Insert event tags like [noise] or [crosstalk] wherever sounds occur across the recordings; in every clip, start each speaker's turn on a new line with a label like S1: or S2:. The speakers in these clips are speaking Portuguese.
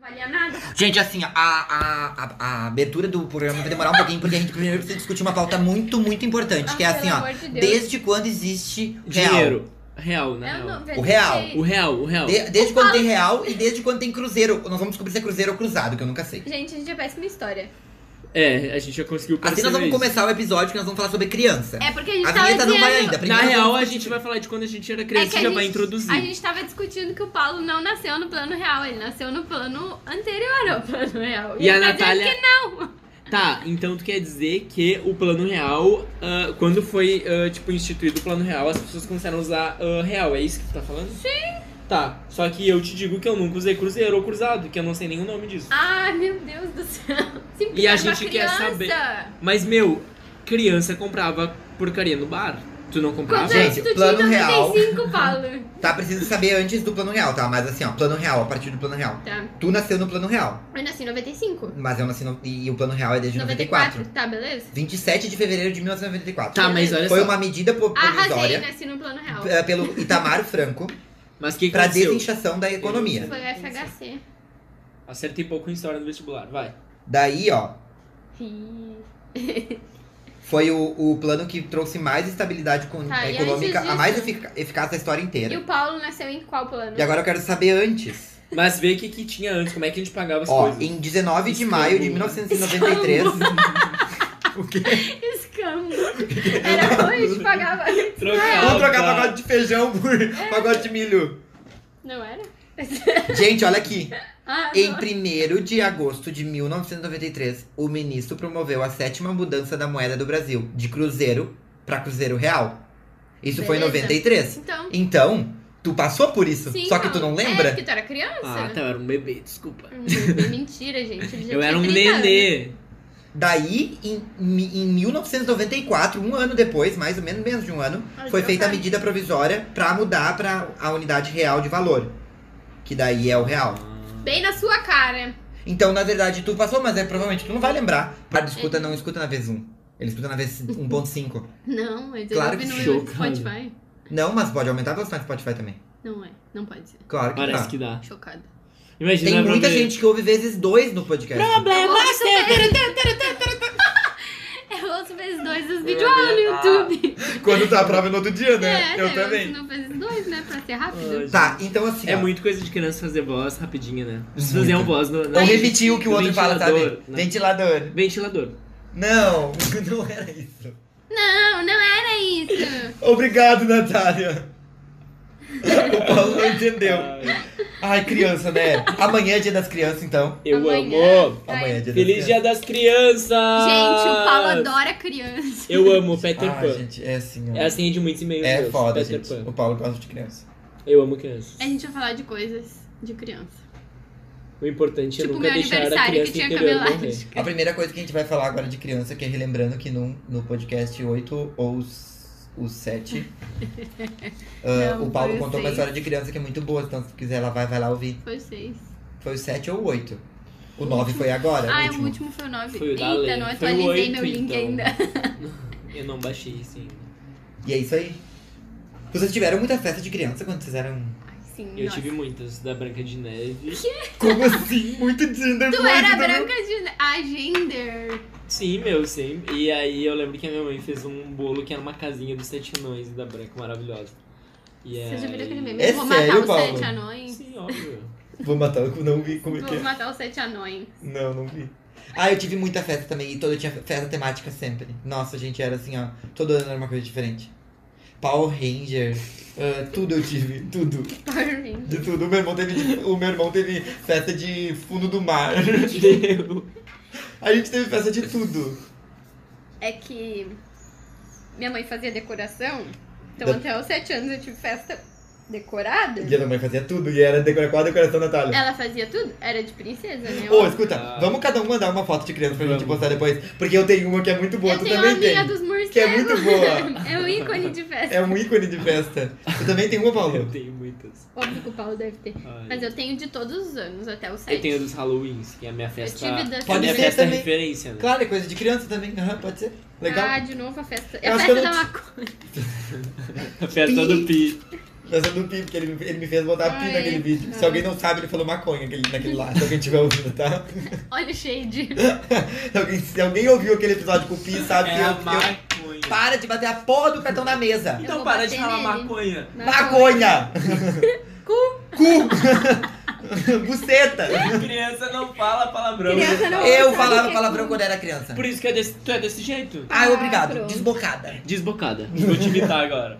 S1: Valia nada.
S2: Gente, assim, a, a, a, a abertura do programa vai demorar um pouquinho, porque a gente primeiro precisa discutir uma pauta muito, muito importante, que é
S1: Ah,
S2: assim,
S1: pelo
S2: ó.
S1: amor de Deus.
S2: desde quando existe real?
S3: Dinheiro. Real, na
S1: Eu
S3: real.
S1: não,
S2: O real.
S1: gente,
S3: O real, o real.
S2: De- desde quando tem real e desde quando tem cruzeiro. Nós vamos descobrir se é cruzeiro ou cruzado, que eu nunca sei.
S1: Gente, a gente é péssima história.
S3: É, a gente já conseguiu
S2: Assim nós vamos
S3: perceber isso.
S2: começar o episódio que nós vamos falar sobre criança.
S1: É porque a gente
S2: A
S1: tava
S2: vinheta
S1: dizendo...
S2: não vai ainda.
S3: Na
S2: Primeiro nós
S3: real,
S2: vamos
S3: a
S2: discutir.
S3: gente vai falar de quando a gente era
S1: É
S3: criança
S1: que
S3: e
S1: a
S3: já
S1: gente,
S3: vai introduzir.
S1: A gente tava discutindo que o Paulo não nasceu no plano real, ele nasceu no plano anterior ao plano real.
S3: E a
S1: ele tá
S3: Natália-
S1: dizendo que não.
S3: Tá, então tu quer dizer que o plano real, ah, quando foi, ah, tipo, instituído o plano real, as pessoas começaram a usar ah, real, é isso que tu tá falando? Sim! Tá, só que eu te digo que eu nunca usei cruzeiro ou cruzado, que eu não sei nem o nome disso.
S1: Ai, meu Deus do céu. Simples,
S3: E a
S1: era
S3: gente
S1: uma
S3: quer
S1: criança.
S3: saber- Mas, meu, criança comprava porcaria no bar. Tu não comprava?
S1: Quanto
S2: Ah, Gente,
S1: antes tu
S2: plano
S1: tinha
S2: real.
S1: 95,
S2: [laughs]
S1: Paulo?
S2: Tá, preciso saber antes do plano real, tá? Mas assim, ó, plano real, a partir do plano real.
S1: Tá.
S2: Tu nasceu no plano real,
S1: Eu nasci em 95.
S2: mas eu nasci no... E o plano real é desde 94.
S1: 94, tá, beleza?
S2: 27 de fevereiro de 1994.
S3: Tá, mas olha
S2: Foi
S3: só.
S2: uma medida po-
S1: Arrasei, né?
S2: provisória
S1: nasci no plano real.
S2: eh, pelo Itamar Franco
S3: Mas o que que
S2: pra
S3: aconteceu?
S2: desinchação da economia.
S1: Foi o FHC.
S3: Acertei pouco em história no vestibular, vai.
S2: Daí, ó,
S1: Ih.
S2: foi o, o plano que trouxe mais estabilidade co-
S1: Tá, e
S2: econômica,
S1: antes
S2: a mais
S1: disso?
S2: efica- eficaz da história
S1: E
S2: inteira.
S1: o Paulo nasceu em qual plano?
S2: E agora eu quero saber antes.
S3: Mas vê o que, que tinha antes, como é que a gente pagava as
S2: Ó,
S3: coisas.
S2: em 19 de maio de 1993. [laughs] o quê?
S1: [laughs]
S2: [laughs]
S1: Escambo. Era como a gente pagava.
S3: Trocava. tá.
S2: Vamos trocar pagode de feijão por
S1: É.
S2: pagode de milho.
S1: Não era?
S2: Gente, olha aqui.
S1: Ah,
S2: Em
S1: não.
S2: 1 de agosto de 1993, o ministro promoveu a sétima mudança da moeda do Brasil, de cruzeiro pra cruzeiro real. Isso foi em
S1: Beleza.
S2: 93.
S1: Então.
S2: Então, tu passou por isso,
S1: sim,
S2: só que
S1: Paulo.
S2: tu não
S1: É,
S2: lembra?
S1: porque tu era criança.
S3: Ah, tá, eu era um bebê, desculpa.
S1: Hum, é Mentira, gente. Ele já tinha
S3: Eu
S1: né?
S3: era um
S1: 30 anos.
S3: nenê.
S2: Daí, em, mi- em 1994, um ano depois, mais ou menos menos de um ano,
S1: Ai,
S2: foi
S1: meu
S2: feita a
S1: pai.
S2: medida provisória pra mudar pra a unidade real de valor, que daí é o real.
S1: Bem na sua cara.
S2: Então, na verdade, tu passou, mas é, provavelmente tu não vai lembrar. Para
S1: É.
S2: escuta, não escuta na vez 1. Ele escuta na vez 1.5.
S1: Não, eu
S2: Claro
S1: ouvi
S2: que
S1: no
S3: chocado.
S1: Spotify.
S2: Não, mas pode aumentar a velocidade do Spotify também.
S1: Não é. Não pode ser.
S2: Claro que
S3: Parece
S2: tá.
S3: que dá.
S1: Chocado.
S3: Imagina é
S2: Tem
S3: pra
S2: muita
S3: ver.
S2: gente que ouve vezes dois no podcast.
S1: Eu
S3: Problema
S1: ouço,
S3: seu.
S1: [laughs] eu ouço vezes dois os videoaulas no YouTube.
S2: Quando tá a prova no outro dia,
S1: [laughs] é, né, Não vezes dois, né? Pra ser rápido.
S2: Tá, então assim.
S3: É
S2: ó,
S3: muito coisa de criança fazer voz rapidinha, né? Precisa
S2: Muito.
S3: fazer uma voz no, no-
S2: Ou repetir o que o
S3: no
S2: outro fala, sabe?
S3: ventilador, né?
S2: Ventilador.
S3: Ventilador.
S2: Não, [laughs] não era isso.
S1: Não, não era isso.
S2: Obrigado, Natália. O Paulo não entendeu.
S3: Ai,
S2: Ai, criança, né? Amanhã é dia das crianças, então.
S3: eu
S1: Amanhã.
S3: amo.
S1: Ai.
S2: Amanhã é dia das
S3: Feliz
S2: crianças.
S3: Dia das Crianças! Gente,
S1: Gente, o Paulo adora criança.
S3: Eu amo Peter
S2: Ah,
S3: Pan.
S2: gente, é assim, ó.
S3: É assim de muitos e-mails.
S2: É
S3: meus,
S2: foda,
S3: Peter
S2: gente.
S3: Pan.
S2: O Paulo gosta de criança.
S3: Eu amo crianças.
S1: A gente vai falar de coisas de criança.
S3: O importante é
S1: tipo,
S3: nunca
S1: meu
S3: deixar a
S1: aniversário que
S3: criança
S1: tinha
S3: interior
S1: cabelo
S3: morrer.
S2: A
S1: elástico.
S2: primeira coisa que a gente vai falar agora de criança, que é relembrando que no, no podcast 8 ou os,
S1: [laughs]
S2: os 7, ah,
S1: Não,
S2: o Paulo
S1: foi o
S2: contou uma
S1: seis.
S2: história de criança que é muito boa. Então, se tu quiser, ela vai, vai lá ouvir.
S1: Foi seis.
S2: Foi o 7 ou o 8. O 9 foi agora.
S1: Ah,
S2: o
S1: o
S2: último.
S1: último foi o nove.
S3: É Foi o da
S1: Eita,
S3: Lei.
S1: não
S3: Foi o
S1: atualizei
S3: oito,
S1: meu link
S3: então.
S1: ainda.
S3: Eu não baixei isso ainda.
S2: E é isso aí. Vocês tiveram muita festa de criança quando vocês eram.
S1: Sim,
S3: Eu
S1: nossa.
S3: tive muitas, da Branca de Neve.
S2: Como assim? Muito gender
S1: Tu era branca de... Ah, gender.
S3: Sim, meu, sim. E aí eu lembro que a minha mãe fez um bolo que era uma casinha dos sete anões da Branca, maravilhosa. E
S1: Você já
S3: aí-
S1: viu aquele meme?
S2: É
S1: Vou matar
S2: sério,
S1: os
S2: Paulo?
S1: sete anões.
S3: Sim, óbvio.
S2: Vou matar, eu não vi como é que
S1: Vou
S2: é.
S1: matar os sete anões.
S2: Não, não vi. Ah, eu tive muita festa também. E toda tinha festa temática sempre. Nossa, gente, era assim, ó. Todo ano era uma coisa diferente. Power Ranger. ah, tudo eu tive. Tudo.
S1: Power Rangers.
S2: De tudo. O meu irmão teve, de- o meu irmão teve festa de fundo do mar.
S3: Deu.
S2: A gente teve festa de tudo.
S1: é que minha mãe fazia decoração, então
S2: Da-
S1: até os sete anos eu tive festa decorada.
S2: E a minha mãe fazia tudo. E era decorar qual a decoração da Natália.
S1: Ela fazia tudo, era de princesa, né?
S2: Ô, escuta,
S3: Ah.
S2: vamos cada um mandar uma foto de criança pra gente
S3: Vamos.
S2: postar depois. Porque eu tenho uma que é muito boa,
S1: eu
S2: tu
S1: tenho uma
S2: também
S1: amiga
S2: tem.
S1: dos morcegos.
S2: Que é muito
S1: [laughs]
S2: boa.
S1: é o ícone de festa.
S2: É um ícone de festa. Tu também tem uma,
S3: Eu
S2: Paulo?
S1: [laughs]
S3: tenho muitas.
S1: Óbvio que o Paulo deve ter.
S3: Ai.
S1: Mas eu tenho de todos os anos, até os sete.
S3: Eu tenho a dos Halloweens, que é a minha festa.
S1: tive da-
S3: que é a
S2: Pode
S3: minha
S2: ser
S3: festa
S2: também.
S3: referência, né?
S2: Claro, é coisa de criança também. [laughs] Aham, pode ser. Legal.
S1: Ah, de novo a festa. É
S2: Eu
S1: a
S2: acho que
S1: festa
S2: eu
S1: da
S2: não
S1: maconha.
S3: A festa do Pi.
S2: Dançando pi, porque um ele, me- ele me fez botar pi
S1: Ah, é?
S2: naquele vídeo. Se
S1: Ah.
S2: alguém não sabe, ele falou maconha naquele, naquele lá. Se alguém tiver ouvindo, tá?
S1: [laughs]
S2: [laughs]
S1: Olha o shade.
S2: Se alguém, se alguém ouviu aquele episódio com o pi, sabe que
S3: É
S2: eu,
S3: a
S2: que eu-
S3: maconha.
S2: Para de bater a porra do cartão na mesa.
S1: Eu vou
S3: Então para de
S1: bater
S3: falar
S1: nele.
S3: maconha.
S2: Maconha! [laughs]
S1: Cu.
S2: Cu! [laughs] Buceta!
S3: Criança não fala palavrão.
S1: Criança não-
S2: Eu
S1: sabe o
S2: falava
S1: que- é
S2: palavrão quando era criança.
S3: Por isso que é desse- tu é desse jeito.
S2: Ai,
S1: Ah,
S2: obrigado.
S1: pronto.
S2: Desbocada.
S3: Desbocada. Vou te
S1: [laughs]
S3: imitar agora.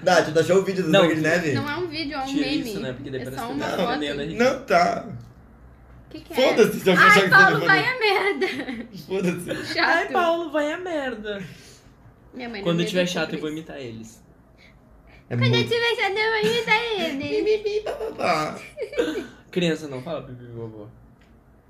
S2: Dá, tu achou o vídeo do
S3: Não.
S2: Branca de Neve?
S1: Não é um vídeo, é um
S3: Tira
S1: meme.
S3: isso, né? Porque depois
S1: é só
S3: fica
S1: uma
S3: tá
S1: foto.
S3: vendendo aí.
S2: Não tá.
S1: O que, que é?
S2: Foda-se se alguém achar
S1: Ai,
S2: que
S1: Paulo,
S2: tá
S1: vai a merda.
S2: Foda-se.
S1: Chato.
S3: Paulo, vai a merda.
S1: Minha mãe não
S3: Quando eu
S1: me
S3: tiver
S1: deixa
S3: chato,
S1: por
S3: eu vou
S1: isso.
S3: imitar eles.
S2: É
S1: Quando eu
S2: muito...
S1: tiver chato, eu vou
S3: [laughs]
S1: imitar ele.
S2: Ah,
S3: Criança não fala pipi vovô.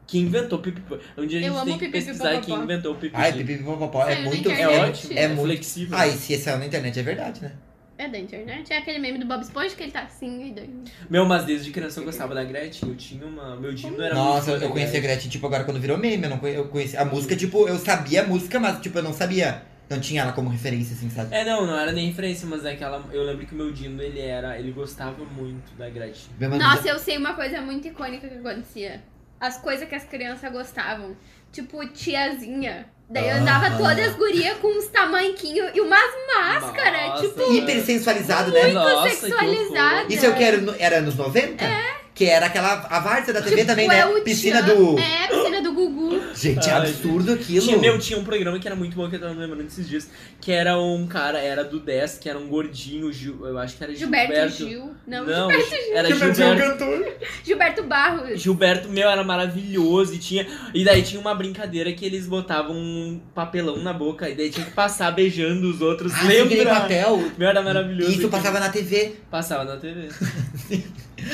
S3: Quem inventou pipi vovô? Um dia a
S1: Eu
S3: gente
S1: amo
S3: tem que
S1: pipi
S3: pesquisar
S1: vovô.
S3: quem inventou pipi.
S2: Ai, pipipipopopó é
S1: Saiu na
S2: muito...
S1: internet.
S3: É ótimo,
S2: É
S3: é,
S2: muito-
S3: flexível.
S2: Ah, e se saiu na internet é verdade, né?
S1: É da internet? É aquele meme do Bob Esponja que ele tá assim e doido.
S3: Meu, mas desde criança eu gostava da Gretchen. Eu tinha uma. Meu dino era
S2: Nossa,
S3: muito.
S2: eu conheci a Gretchen, tipo, agora quando virou meme. Eu, não conhe... eu conheci a música, tipo, eu sabia a música, mas, tipo, eu não sabia. Não tinha ela como referência, assim, sabe?
S3: É, não, não era nem referência, mas é aquela. Eu lembro que o meu Dino, ele era. Ele gostava muito da Gretchen.
S2: Meu mano,
S1: Nossa, eu sei uma coisa muito icônica que acontecia. As coisas que as crianças gostavam. Tipo, tiazinha. Daí
S2: Ah.
S1: andava todas guria com uns tamanquinhos e umas máscaras.
S3: Nossa,
S1: tipo,
S3: eu-
S2: hipersensualizado, né?
S3: Nossa,
S1: sexualizada.
S3: que horror.
S2: Isso eu quero, no- era anos 90? É. Que era aquela, a várzea da TV também, né?
S1: é o
S2: Piscina
S1: Tchan.
S2: do...
S1: É, piscina do
S2: [gasps]
S1: Gugu.
S2: Gente, é
S3: Ai,
S2: absurdo aquilo.
S3: Tinha, meu, tinha um programa que era muito bom que eu tava me lembrando esses dias. Que era um cara, era do 10, que era um gordinho, Gil- eu acho que era
S1: Gilberto,
S3: Gilberto.
S1: Gil. Não,
S3: Não,
S1: Gilberto,
S3: era
S2: Que tinha um
S3: Gilberto.
S2: cantor.
S1: [laughs] Gilberto Barros.
S3: Gilberto, meu, era maravilhoso e tinha. E daí tinha uma brincadeira que eles botavam um papelão na boca e daí tinha que passar beijando os outros.
S2: Ah, aquele
S3: Lembra?
S2: papel.
S3: Meu, era maravilhoso.
S2: Isso passava na TV.
S3: Passava na TV.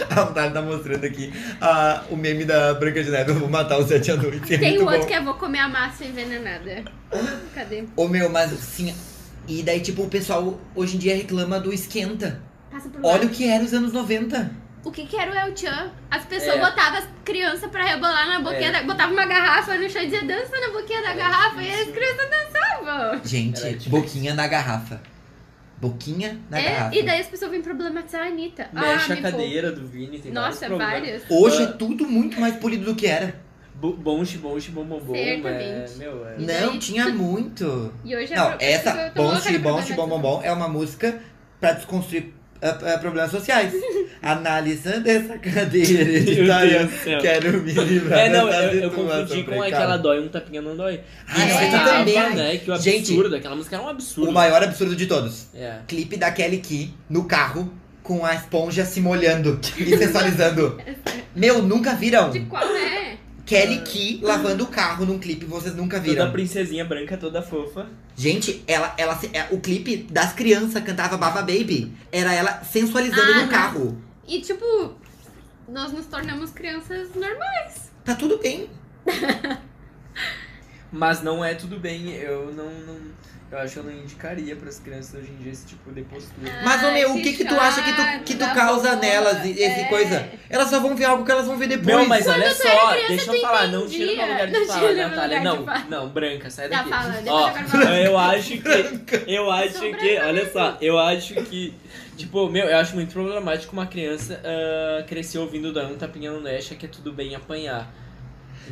S2: A vontade tá mostrando aqui ah, o meme da Branca de Neve. Eu vou matar os sete à noite. É
S1: Tem
S2: [laughs] muito
S1: o outro
S2: bom.
S1: que é Vou Comer a Massa Envenenada. Cadê?
S2: Ô meu, mas assim. E daí, tipo, o pessoal hoje em dia reclama do esquenta.
S1: Passa por lá.
S2: Olha o que era os anos 90.
S1: O que que era o El Chan? As pessoas
S3: É.
S1: botavam as crianças pra rebolar na boquinha
S3: É.
S1: da... Botava uma garrafa no chão e dizia dança na boquinha da
S2: É.
S3: Era
S1: garrafa e as
S3: difícil.
S1: crianças dançavam.
S2: Gente,
S3: Era difícil.
S2: boquinha na garrafa. Boquinha na
S1: É,
S2: garrafa.
S1: e daí as pessoas vêm problematizar a Anitta. ah,
S3: Mexe a
S1: me
S3: cadeira do Vini,
S1: poupa.
S3: tem
S1: Nossa,
S3: vários problemas.
S1: vários.
S2: Hoje é
S3: Ah.
S2: tudo muito mais polido do que era.
S3: Bu- Bonche, bonche, bom, bom, bom. É,
S1: Certamente.
S3: meu, é.
S1: E
S2: Não,
S1: daí-
S2: tinha muito.
S1: E hoje é
S2: Não,
S1: pro-
S2: essa
S1: eu tô louca pra
S2: Bonche, Bonche, Bom Bom
S1: problematizar.
S2: Bom é uma música pra desconstruir ah, ah, problemas sociais.
S1: [laughs]
S2: Analisando essa cadeira tá
S3: Meu
S2: editária.
S3: Deus do céu.
S2: Quero me livrar
S3: É, não,
S2: dessa
S3: eu, eu
S2: situação
S3: confundi com
S2: precária.
S3: aquela dói, um tapinha não dói.
S2: Ah,
S1: É,
S2: não,
S1: é
S2: isso
S1: a
S2: também.
S1: banda,
S3: né? Que o
S2: Gente,
S3: absurdo, aquela música era um absurdo.
S2: O maior absurdo de todos.
S3: É.
S2: Clipe da Kelly Key no carro com a esponja se molhando
S3: [laughs]
S2: e sensualizando. Meu, nunca viram?
S3: Tipo,
S1: De qual é?
S2: Kelly Key lavando o carro num clipe, vocês nunca
S3: ah. Toda
S2: viram.
S3: princesinha branca, toda fofa.
S2: Gente, ela, ela, se- é, o clipe das crianças cantava Baba Baby. Era ela sensualizando
S1: Ah,
S2: no
S3: tá.
S1: não.
S2: carro.
S1: E tipo, nós nos tornamos crianças normais.
S2: Tá tudo bem.
S3: Mas não é tudo bem, eu não. não- eu acho que eu não indicaria pras crianças hoje em dia esse tipo de postura.
S2: Mas, ô
S1: Ai,
S2: meu, o
S1: que
S2: que que tu acha que tu, que tu causa
S1: chato,
S2: nelas, e- esse
S1: é.
S2: coisa? Elas só vão ver algo que elas vão ver depois.
S3: Não, mas olha só,
S1: criança,
S3: deixa
S1: tu
S3: eu falar, não tira o
S1: entendia.
S3: meu lugar de
S1: Não
S3: fala,
S1: tira meu lugar
S3: Natália.
S1: de
S3: Não,
S1: fala.
S3: não, branca, sai
S1: Tá,
S3: daqui.
S1: fala, depois
S3: Ó,
S1: eu quero falar. né?
S3: eu acho que. Eu acho que. Olha só, eu acho que. Tipo, meu, eu acho muito problemático uma criança ah, crescer ouvindo dar um tapinha no Nesh que é tudo bem apanhar.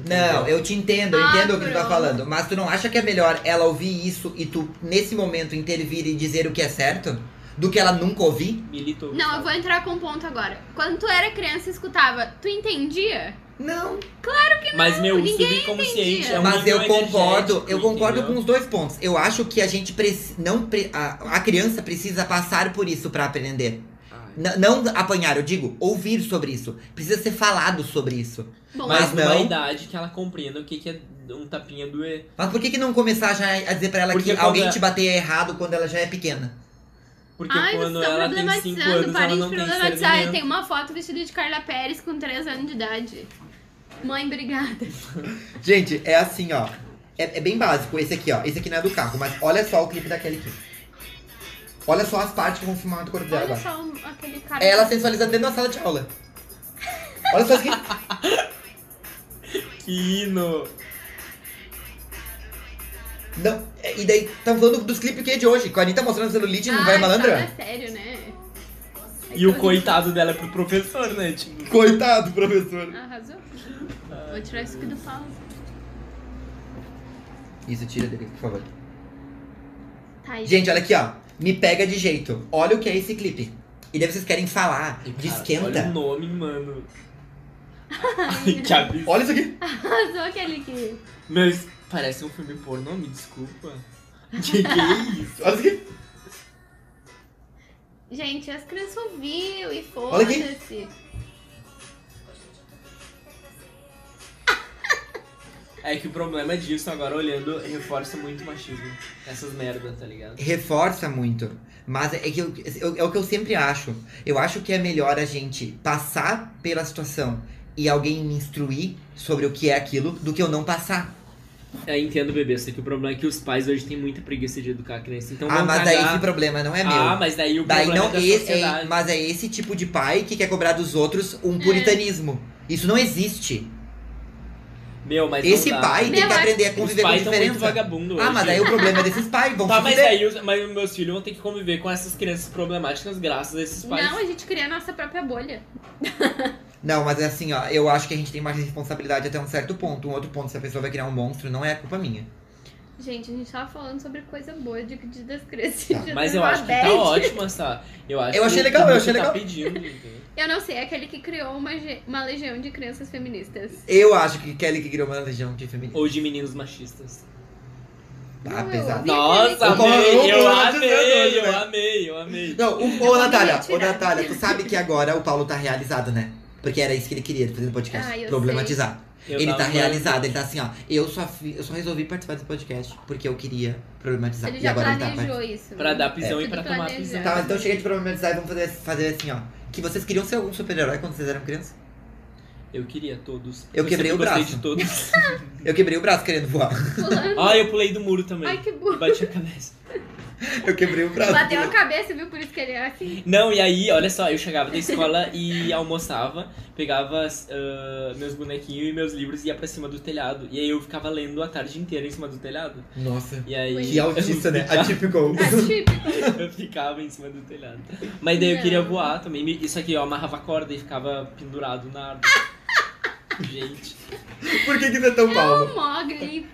S2: Não, eu te entendo, eu
S1: Ah,
S2: entendo o que tu tá
S1: pronto.
S2: falando. Mas tu não acha que é melhor ela ouvir isso e tu, nesse momento, intervir e dizer o que é certo? Do que ela nunca ouvir?
S3: Militou.
S1: Não, eu vou entrar com um ponto agora. Quando tu era criança e escutava, tu entendia?
S2: Não.
S3: Mas, meu, o
S1: ninguém
S3: subconsciente
S1: entendia.
S3: é um
S2: Mas
S3: nível
S2: eu concordo,
S3: energético,
S2: eu concordo
S3: entendeu?
S2: com os dois pontos. Eu acho que a gente preci- não pre- a, a criança precisa passar por isso pra aprender.
S3: Ai.
S2: N- não apanhar, eu digo, ouvir sobre isso. Precisa ser falado sobre isso.
S1: Bom,
S3: Mas
S2: Mas
S3: numa
S2: não.
S3: idade que ela compreenda o que, que é um tapinha doer.
S2: Mas por que, que não começar já a dizer pra ela
S3: Porque
S2: que
S3: quando
S2: alguém
S3: é-
S2: te bater é errado quando ela já é pequena?
S3: Porque
S1: Ai, vocês
S3: quando
S1: estão
S3: ela tem 5
S1: problematizando,
S3: anos, ela
S1: parem de
S3: não tem
S1: problematizar.
S3: discernimento.
S1: Tem uma foto vestida de Carla Pérez com 3 anos de idade. Mãe, obrigada.
S2: Gente, é assim, ó. É, é bem básico esse aqui, ó. Esse aqui não é do carro, mas olha só o clipe da Kelly Key. Olha só as partes que vão filmar do corpo dela
S1: Olha
S2: agora.
S1: só um- aquele cara.
S2: É ela sensualizando dentro da sala de aula. Olha só isso aqui.
S3: Que hino!
S2: Não, é,
S1: Ah,
S2: e daí, tá falando dos clipes que é de hoje. Com a Anitta mostrando celulite, não
S1: Ai,
S2: vai malandra?
S1: fala sério, né?
S3: E o coitado dela é pro professor, né? Tipo,
S2: Coitado, professor.
S1: Arrasou. Vou tirar isso aqui do pau.
S2: Isso, tira dele, por favor.
S1: Tá, e-
S2: Gente, olha aqui, ó. Me pega de jeito. Olha o que é esse clipe. E daí vocês querem falar de
S3: cara,
S2: esquenta.
S3: Olha o nome, mano. Ai,
S2: [laughs]
S3: que absurdo.
S2: Olha isso aqui.
S1: Tá Arrasou aquele que.
S3: Mas parece um filme pornô, me desculpa. [laughs] Que que é isso?
S2: Olha isso aqui.
S1: Gente, as crianças ouviram e
S2: Olha aqui.
S1: foda-se.
S3: É que o problema disso, agora olhando, reforça muito o machismo. Essas merdas, tá ligado?
S2: Reforça muito. Mas é, que eu- eu- é o que eu sempre acho. Eu acho que é melhor a gente passar pela situação e alguém me instruir sobre o que é aquilo do que eu não passar.
S3: É, entendo, bebê. Só que o problema é que os pais hoje têm muita preguiça de educar a criança. Então
S2: ah,
S3: vão
S2: mas
S3: cagar.
S2: daí esse problema não é meu.
S3: Ah, mas daí o
S2: Daí
S3: problema
S2: não,
S3: é da
S2: esse,
S3: sociedade.
S2: é, mas é esse tipo de pai que quer cobrar dos outros um puritanismo. Isso não existe.
S3: Meu, mas
S2: esse
S3: não dá.
S2: pai tem
S1: Meu,
S2: que
S1: mas-
S2: aprender a
S3: Os
S2: conviver com a
S3: pais estão muito
S2: diferença.
S3: vagabundo hoje.
S2: Ah, mas daí o problema é desses pais, vão
S3: Tá,
S2: se
S3: mas
S2: fuder.
S3: daí os, mas meus filhos vão ter que conviver com essas crianças problemáticas graças a esses pais.
S1: Não, a gente cria a nossa própria bolha.
S2: Não, mas é assim, ó, eu acho que a gente tem mais responsabilidade até um certo ponto. Um outro ponto, se a pessoa vai criar um monstro, não é culpa minha.
S1: Gente, a gente tava falando sobre coisa boa de de das crianças.
S2: Tá,
S1: [laughs] de
S3: Mas eu acho que tá
S1: 2010.
S3: ótimo essa. Eu, acho
S2: Eu achei
S3: que o
S2: legal, eu
S3: público
S2: achei
S3: tá
S2: legal.
S3: pedindo, entendeu?
S1: Eu não sei, é aquele que criou uma, ge- uma legião de crianças feministas.
S2: Eu acho que Kelly que criou uma legião de feminista.
S3: Ou de meninos machistas.
S2: Tá
S1: Não,
S2: pesado.
S1: eu-
S3: Nossa,
S2: Opa,
S3: amei,
S2: opa,
S3: eu
S2: tá dizendo
S3: amei,
S2: hoje,
S3: eu
S2: né?
S3: amei, eu amei.
S2: Não, o, ô,
S1: Eu
S2: Natália,
S1: vou
S2: ô,
S1: tirar.
S2: Natália, tu sabe que agora o Paulo tá realizado, né? Porque era isso que ele queria, ele fazendo podcast.
S1: Ah, eu
S2: problematizar.
S3: Eu
S2: ele
S3: tava-
S2: tá realizado, ele tá assim, ó. Eu só, fi- eu só resolvi participar desse podcast porque eu queria problematizar.
S1: Ele
S2: e
S1: já
S2: agora ele tá.
S1: planejou isso.
S3: Pra
S1: né?
S3: dar pisão
S1: É.
S3: e pra
S1: Tudo
S3: tomar
S1: planejado.
S3: pisão.
S2: Tá, mas então chega de problematizar e vamos fazer, fazer assim, ó. Que vocês queriam ser algum super-herói quando vocês eram crianças?
S3: Eu queria todos.
S2: Eu quebrei
S3: sempre
S2: o braço.
S3: gostei de todos. [laughs]
S2: Eu quebrei o braço querendo voar. [laughs]
S1: Pulando.
S3: Ai, eu pulei do muro também.
S1: Ai, que
S3: E
S1: burro.
S3: bati a cabeça.
S2: Eu quebrei o braço.
S1: Bateu a cabeça, viu? Por isso que ele é assim.
S2: [laughs]
S3: Não, e aí, olha só, eu chegava da escola e almoçava, pegava ah, meus bonequinhos e meus livros e ia pra cima do telhado. E aí eu ficava lendo a tarde inteira em cima do telhado.
S2: Nossa.
S3: E aí.
S2: Que autista, né? Atípico.
S1: Tá Atípico.
S3: [laughs] Eu ficava em cima do telhado. Mas daí eu
S1: Não.
S3: queria voar também. Me- Isso aqui, eu amarrava a corda e ficava pendurado na árvore. Gente.
S2: [laughs] Por que que você é tão Paulo?
S1: O tá um Mogli.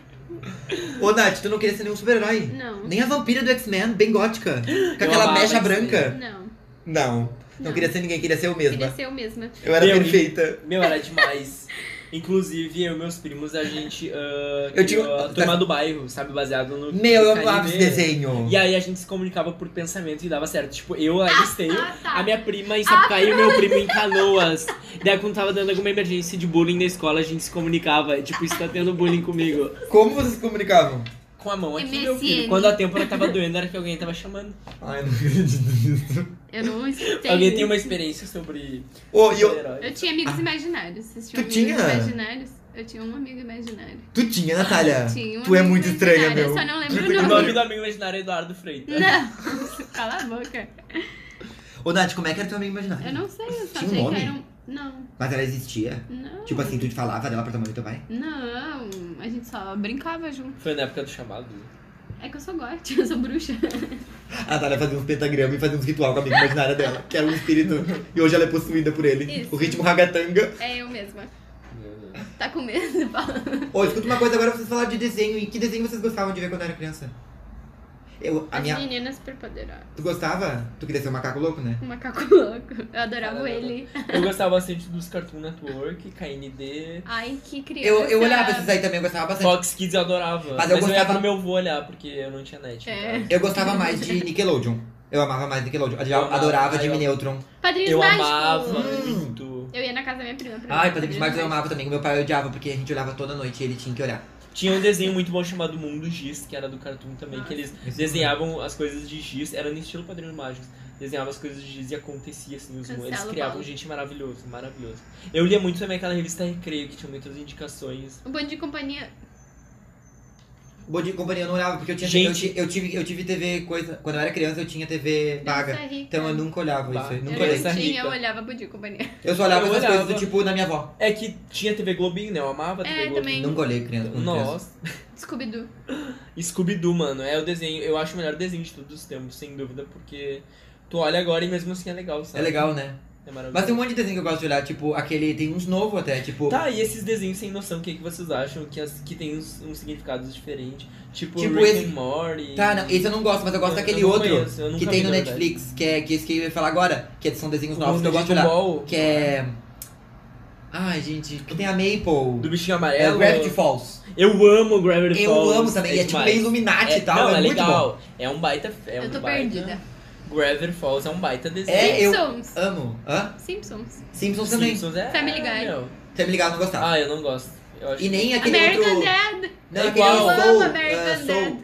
S2: Ô, Nath, tu não queria ser nenhum super-herói?
S1: Não.
S2: Nem a vampira do X-Men, bem gótica. Com
S3: Eu
S2: aquela
S3: amava
S2: mecha
S3: X-Men.
S2: branca.
S1: Não. é
S2: Não, não.
S1: Não.
S2: queria ser ninguém, queria ser eu
S1: Queria
S2: mesma.
S1: ser eu mesma.
S2: Eu era
S3: Meu, e-
S2: perfeita.
S3: Meu, era demais. Inclusive, eu e meus primos, a gente. ah,
S2: Eu tinha- um
S3: criou a Turma do bairro, sabe? Baseado no.
S2: Meu, eu
S3: no
S2: amava esse
S3: anime.
S2: desenho.
S3: né? E aí a gente se comunicava por pensamento e dava certo. Tipo, eu avistei
S1: Ah, tá.
S3: a minha prima em Sapucaí e o meu primo
S1: [laughs]
S3: em Canoas. Daí quando tava dando alguma emergência de bullying na escola, a gente se comunicava. Tipo, isso tá tendo bullying comigo.
S2: Como vocês se comunicavam?
S3: Com a mão aqui, meu filho.
S1: MSN.
S3: Quando a têmpora tava doendo, era que alguém tava chamando.
S2: Ai, não acredito nisso.
S1: Eu não escutei.
S3: Alguém tem uma experiência sobre
S2: [laughs] Ô, e eu,
S3: herói?
S1: Eu tinha amigos imaginários. Vocês tinham
S2: Tu
S1: amigos
S2: tinha?
S1: imaginários? Eu tinha um amigo imaginário.
S2: tu tinha, Natália?
S1: Tinha um
S2: tu é
S1: amigo
S2: muito estranha,
S1: imaginário, eu
S2: meu.
S1: só não lembro
S2: Tu tem
S3: O
S1: o
S3: nome
S2: nome-
S3: do amigo imaginário é Eduardo Freitas.
S1: Não, [laughs] cala a boca.
S2: Ô, Nath, como é que era teu amigo imaginário?
S1: Eu não sei, eu só
S2: Tinha um
S1: sei
S2: nome?
S1: que era um. Não,
S2: Mas ela existia?
S1: não.
S2: Tipo assim, tu falava dela pra tua mãe e teu pai?
S1: Não, a gente só brincava junto.
S3: Foi na época do chamado.
S1: É que eu sou gótica, [laughs] eu sou bruxa.
S2: A Natália fazia uns pentagramas e fazia uns ritual com a amiga imaginária dela, que era um espírito. E hoje ela é possuída por ele.
S1: Isso.
S2: O ritmo ragatanga.
S1: É eu mesma. Tá com medo, [laughs] Paulo?
S2: Ô, escuta uma coisa agora, vocês falaram de desenho. E que desenho vocês gostavam de ver quando era criança? Eu, a
S1: As
S2: minha...
S1: meninas superpoderosas.
S2: Tu gostava? Tu queria ser um macaco louco, né?
S1: O macaco [laughs] louco. Eu adorava
S3: Caramba.
S1: ele.
S3: Eu gostava bastante dos Cartoon Network, KND.
S1: Ai, que criança.
S2: Eu, eu olhava esses aí também, eu gostava
S1: Ah,
S2: bastante.
S3: Fox Kids eu adorava.
S2: Mas eu
S3: ia
S2: gostava-
S3: pro meu vô olhar, porque eu não tinha net.
S1: É.
S3: cara.
S2: Eu gostava mais de Nickelodeon. Eu amava mais Nickelodeon. Eu
S3: Eu amava,
S2: adorava
S3: ai, eu-
S2: Jimmy Neutron.
S1: Padrinhos
S3: Eu
S1: mágicos.
S3: amava
S2: Hum.
S3: muito.
S1: Eu ia na casa da minha prima. pra
S2: Ai,
S1: ver
S2: Patrick Marcos eu amava também. que Meu pai odiava, porque a gente olhava toda noite e ele tinha que olhar.
S3: Tinha um desenho muito bom chamado Mundo Giz, que era do Cartoon também, que eles desenhavam as coisas de giz, era no estilo Padrinhos Mágicos. Desenhavam as coisas de giz e acontecia assim, os,
S1: Cancela
S3: eles
S1: o
S3: criavam
S1: Paulo.
S3: gente maravilhoso, maravilhoso. Eu lia muito também aquela revista Recreio, que tinha muitas indicações.
S1: O bonde de companhia.
S2: Bom de companhia eu não olhava, porque eu tinha
S3: Gente.
S2: eu, ti- eu tive eu tive TV coisa. Quando eu era criança eu tinha TV paga.
S1: Dança rica.
S2: Então eu nunca olhava isso.
S3: Paga.
S2: Eu nunca
S1: Eu
S2: olhei.
S1: não tinha,
S3: rica.
S1: eu olhava bonde de companhia. [laughs]
S2: Eu só olhava
S3: Eu
S2: essas coisas do
S3: olhava.
S2: tipo na minha avó.
S3: É que tinha TV Globinho, né? Eu amava a TV
S1: É,
S3: Globinho.
S1: também.
S2: Nunca olhei criança. quando criança.
S3: Nossa.
S1: Scooby-Doo.
S3: Scooby-Doo, mano, é o desenho, eu acho o melhor desenho de todos os tempos, sem dúvida, porque Tu olha agora e mesmo assim é legal, sabe?
S2: É legal, né?
S3: É maravilhoso.
S2: Mas tem um monte de desenho que eu gosto de olhar, tipo, aquele. Tem uns novos até, tipo.
S3: Tá, e esses desenhos sem noção, o que, que vocês acham? Que, as, que tem uns, uns significados diferentes. Tipo,
S2: Tipo
S3: Rick
S2: esse-
S3: and Morty.
S2: Tá, não, esse eu não gosto, mas eu gosto
S3: Eu-
S2: daquele
S3: eu não
S2: outro
S3: conheço, eu nunca
S2: que tem
S3: vi,
S2: no
S3: na verdade.
S2: Netflix, que é que esse que eu ia falar agora, que são desenhos
S3: O
S2: novos que eu
S3: Mundo
S2: gosto de
S3: de
S2: olhar.
S3: Gumball.
S2: Que é. Ai, gente, que tem a
S3: Do
S2: Maple.
S3: bichinho
S2: É,
S3: amarelo.
S2: Gravity Falls.
S3: Eu amo Gravity
S2: Eu
S3: Falls.
S2: amo também, é, tipo
S3: demais.
S2: meio Illuminati
S3: É-
S2: e tal.
S3: Não, é,
S2: muito
S3: legal. É um baita. É
S1: Eu
S3: um
S1: tô
S3: baita-
S1: perdida.
S3: Gravity Falls é um baita desenho.
S2: É, eu- Ah.
S1: Simpsons.
S2: Bom. Amo. Hã?
S1: Simpsons.
S2: Simpsons também.
S3: Simpsons é.
S1: Family Guy.
S3: meu.
S2: Você me ligado, não gostava.
S3: Ah, eu não gosto. Eu acho
S2: e nem É aquele
S1: American
S2: outro.
S1: Dad.
S2: Não,
S3: É
S2: aquele
S3: igual.
S2: Soul,
S1: Eu amo American
S2: ah, Soul.
S1: Dad.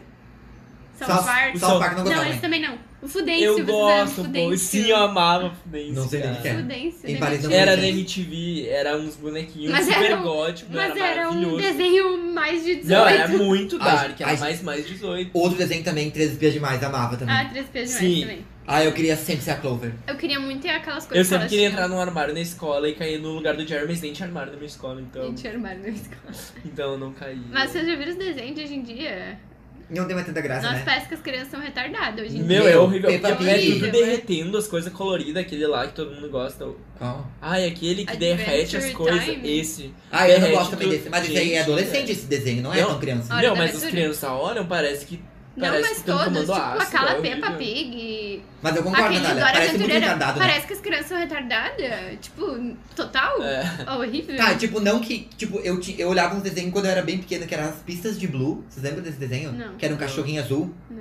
S1: South Park.
S3: South-
S2: South Park não
S1: Não,
S2: gostava.
S1: esse também não. O Fudêncio,
S3: Eu
S1: vocês
S3: gosto,
S1: eram
S3: pô.
S1: Fudêncio.
S3: Sim, eu amava Fudêncio.
S2: Não sei nem
S3: cara.
S2: o que é.
S1: Fudêncio,
S2: Em
S1: né?
S2: Paris não é.
S3: Era na
S2: Fudêncio.
S3: MTV, era uns bonequinhos
S1: Mas
S3: super
S1: era um-
S3: góticos,
S1: Mas
S3: era
S1: era um
S3: maravilhoso.
S1: desenho mais de 18.
S3: Não, era muito
S2: Ai,
S3: dark, era
S2: ai.
S3: mais mais 18.
S2: Outro desenho também, 13 Espias Demais, amava também.
S1: Ah, três pés
S3: Sim.
S1: demais também.
S2: Ah, eu queria sempre ser a Clover.
S1: Eu queria muito ter aquelas
S3: Eu
S1: coisas
S3: sempre
S1: que
S3: queria
S1: elas
S3: entrar num armário na escola e cair no lugar do Jerry, mas nem tinha armário na minha escola, então,
S1: tinham. Gente, armário na escola.
S3: então eu não caí.
S1: Mas vocês já viram os desenhos de hoje em dia?
S2: Não tem mais tanta graça,
S1: Nossa,
S2: né? Uhum.
S1: parece que as crianças são retardadas hoje em dia.
S3: Meu, é
S2: Meu,
S3: horrível.
S2: Peppa né?
S3: porque É
S1: Pig.
S3: tudo
S1: Horrível,
S3: derretendo as coisas coloridas, aquele lá que todo mundo gosta.
S2: Qual?
S3: Ai, aquele que derrete as
S1: Adventure
S3: coisas.
S1: Time?
S3: Esse.
S2: Ah, eu não
S3: Derrete
S2: gosto também
S3: tudo.
S2: desse. Mas esse aí é
S3: Gente,
S2: adolescente
S3: é.
S2: esse desenho, não é
S3: Não.
S2: tão criança.
S1: Hora
S3: Não,
S1: da
S3: mas as
S1: aventura.
S3: crianças olham, parece que.
S1: Não,
S3: parece
S1: mas
S3: que tão
S1: todos.
S3: tomando
S1: Tipo,
S3: ácido, é
S1: aquela
S3: horrível.
S1: Peppa Pig.
S2: Mas eu concordo,
S1: Aquele
S2: Natália.
S1: Dora
S2: Parece muito
S1: Aventureira.
S2: retardado, né?
S1: é Parece que as crianças são retardadas. Tipo,
S2: Uh,
S1: total.
S3: É.
S1: Horrível.
S2: Tá, tipo, não que. Tipo, eu, ti- eu olhava uns desenhos quando eu era bem pequena, que eram as pistas de Blue. Vocês lembram desse desenho?
S1: Não.
S2: Que era um cachorrinho azul.
S1: Não.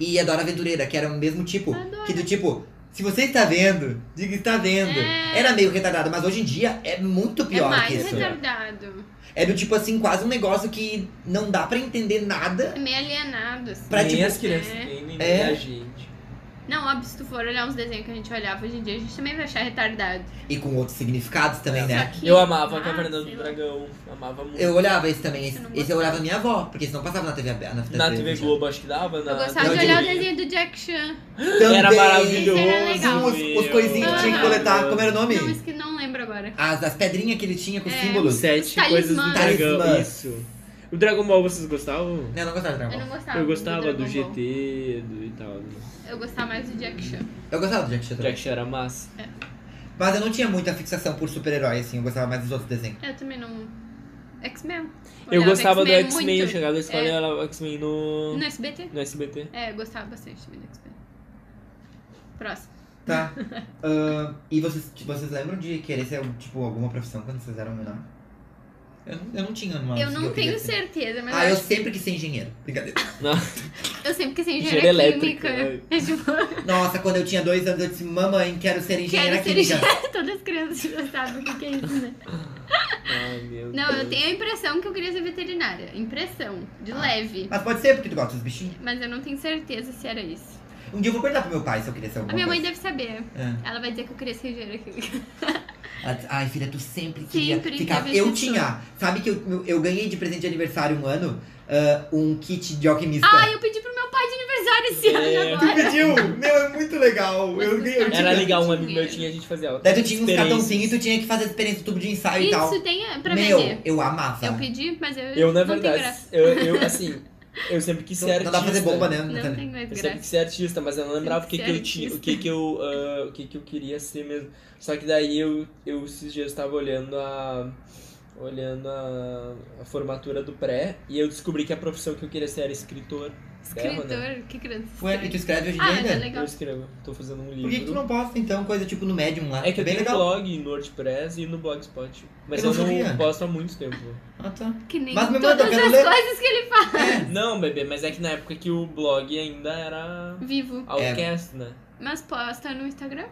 S2: E a Dora Aventureira, que era o mesmo tipo.
S1: Adoro.
S2: Que do tipo, se você está vendo, diga que está vendo.
S1: É.
S2: Era meio retardado, mas hoje em dia é muito pior
S1: é
S2: que
S1: mais
S2: isso. né?
S1: retardado.
S2: É do tipo assim, quase um negócio que não dá pra entender nada.
S1: É meio alienado, assim.
S2: Pra,
S3: nem
S2: tipo,
S3: as crianças
S1: é.
S3: têm, nem
S2: É.
S3: a gente.
S1: Não, óbvio, se tu for olhar uns desenhos que a gente olhava hoje em dia, a gente também vai achar retardado.
S2: E com outros significados também,
S3: É.
S2: né?
S1: Só que-
S3: Eu amava a
S1: Ah,
S3: Caverna do
S1: sei lá.
S3: Dragão, amava muito.
S2: Eu olhava esse também, esse,
S1: Eu não
S2: esse eu olhava minha avó, porque esse não passava na TV aberta.
S3: na TV Globo, acho que dava. Na
S1: Eu gostava
S2: eu
S1: de
S2: digo-
S1: olhar o desenho do Jack Chan.
S2: Também.
S3: Era maravilhoso.
S1: Esse era é legal.
S2: Os, os coisinhos que tinha que coletar,
S3: é
S2: como era o nome?
S1: Não, isso que não lembro agora.
S2: As, as pedrinhas que ele tinha com os
S1: É.
S2: símbolos.
S3: Sete
S1: Os
S3: coisas do
S1: talismãs.
S3: dragão.
S2: Talismã.
S3: Isso. O Dragon Ball vocês gostavam?
S2: Eu não gostava de
S1: Eu
S2: Dragon
S1: não
S2: Ball.
S1: gostava.
S3: eu gostava do,
S1: Dragon Ball.
S3: GT do, e tal. né?
S1: Eu gostava mais do Jack Chan.
S2: Eu gostava do Jack Chan também.
S3: Jack Chan era massa.
S2: Mas eu não tinha muita fixação por super-herói, assim. Eu gostava mais dos outros desenhos.
S1: Eu também não. X-Men.
S3: Eu
S1: Olhava
S3: gostava do X-Men,
S1: muito.
S3: eu chegava na escola
S1: É.
S3: e era o X-Men no,
S1: No SBT?
S3: no
S1: [laughs]
S3: SBT.
S1: É, eu gostava bastante também do X-Men. Próximo. [laughs]
S2: Tá. Ahn, e vocês, tipo, vocês lembram de querer ser, tipo, alguma profissão quando vocês eram menor? Eu, não- eu não tinha
S3: Ah,
S2: uma.
S1: eu não
S2: que queria
S1: tenho
S2: ser.
S1: certeza, mas
S2: Ah,
S1: eu,
S2: eu
S1: acho-
S2: sempre quis ser engenheiro. Brincadeira.
S3: Não.
S1: eu sempre quis ser engenharia
S3: Engenharia elétrica,
S1: química.
S3: né?
S1: É [laughs] tipo,
S2: Nossa, quando eu tinha dois anos, eu disse, mamãe, quero ser engenheira
S1: quero ser
S2: química.
S1: engenheira. [laughs] Todas as crianças já sabem o que que é isso,
S3: [laughs]
S1: né?
S3: Ai, Ah, meu
S1: Não, eu
S3: Deus.
S1: tenho a impressão que eu queria ser veterinária. Impressão, de
S3: Ah.
S1: leve.
S2: Mas pode ser, porque tu gosta dos bichinhos.
S1: Mas eu não tenho certeza se era isso.
S2: Um dia eu vou perguntar pro meu pai se eu queria ser alguma
S1: A minha mãe
S2: coisa.
S1: deve saber.
S2: É.
S1: Ela vai dizer que eu queria ser engenheira química.
S2: Ela disse, Ai, filha, tu sempre queria
S1: Sempre
S2: ficar.
S1: teve
S2: Eu
S1: esse
S2: tinha. Sabe que eu, eu ganhei de presente de aniversário um ano ah, um kit de alquimista.
S1: Ah, eu pedi pro meu pai de aniversário esse
S3: É.
S1: ano
S2: Tu
S1: agora.
S2: pediu? Meu, é muito legal. Eu
S1: é
S2: ganhei. eu
S3: Era
S2: tinha-
S3: legal, um amigo meu tinha, a gente fazia aula.
S2: Daí tu tinha uns
S3: Experiência.
S2: cartãozinhos e tu tinha que fazer experiência de tubo de
S3: Ah,
S2: ensaio e tal.
S1: Isso tem é, pra
S2: Meu,
S1: vender.
S2: eu amava.
S1: Eu pedi, mas eu,
S3: então. Eu, na
S1: não tenho
S3: verdade,
S1: graça.
S3: eu, eu, assim, eu sempre quis
S2: Não,
S3: ser
S2: Então, não dá
S3: artista.
S2: pra fazer bomba, né?
S1: Não tem mais
S3: Eu sempre
S1: graça.
S3: quis ser é artista, mas eu não lembrava o que,
S1: Sempre
S3: que eu
S1: quis ser
S3: tinha, o que, que eu, ah, o que, que eu queria ser mesmo. Só que daí eu, eu esses dias estava olhando a olhando a, a formatura do pré e eu descobri que a profissão que eu queria ser era escritor. Ferro, né?
S1: Escritor, que criança.
S2: Ué, e tu escreve hoje em
S1: Ah,
S2: dia
S1: mas é
S2: ainda?
S1: legal.
S3: Eu escrevo, tô fazendo um
S2: Por que, que tu
S3: livro.
S2: não posta, então, coisa tipo no Medium lá?
S3: É que eu
S2: Bem
S3: tenho
S2: legal.
S3: blog no WordPress e no Blogspot. Mas
S2: Eu
S3: eu
S2: não
S3: não,
S2: sabia.
S3: posto há muito tempo.
S2: Ah, tá.
S1: Que nem
S2: Mas me manda,
S1: todas
S2: eu quero
S1: as
S2: ler.
S1: coisas que ele faz.
S3: Não, bebê, mas é que na época que o blog ainda era
S2: É.
S1: Vivo.
S3: Outcast, né?
S1: Mas posta no Instagram.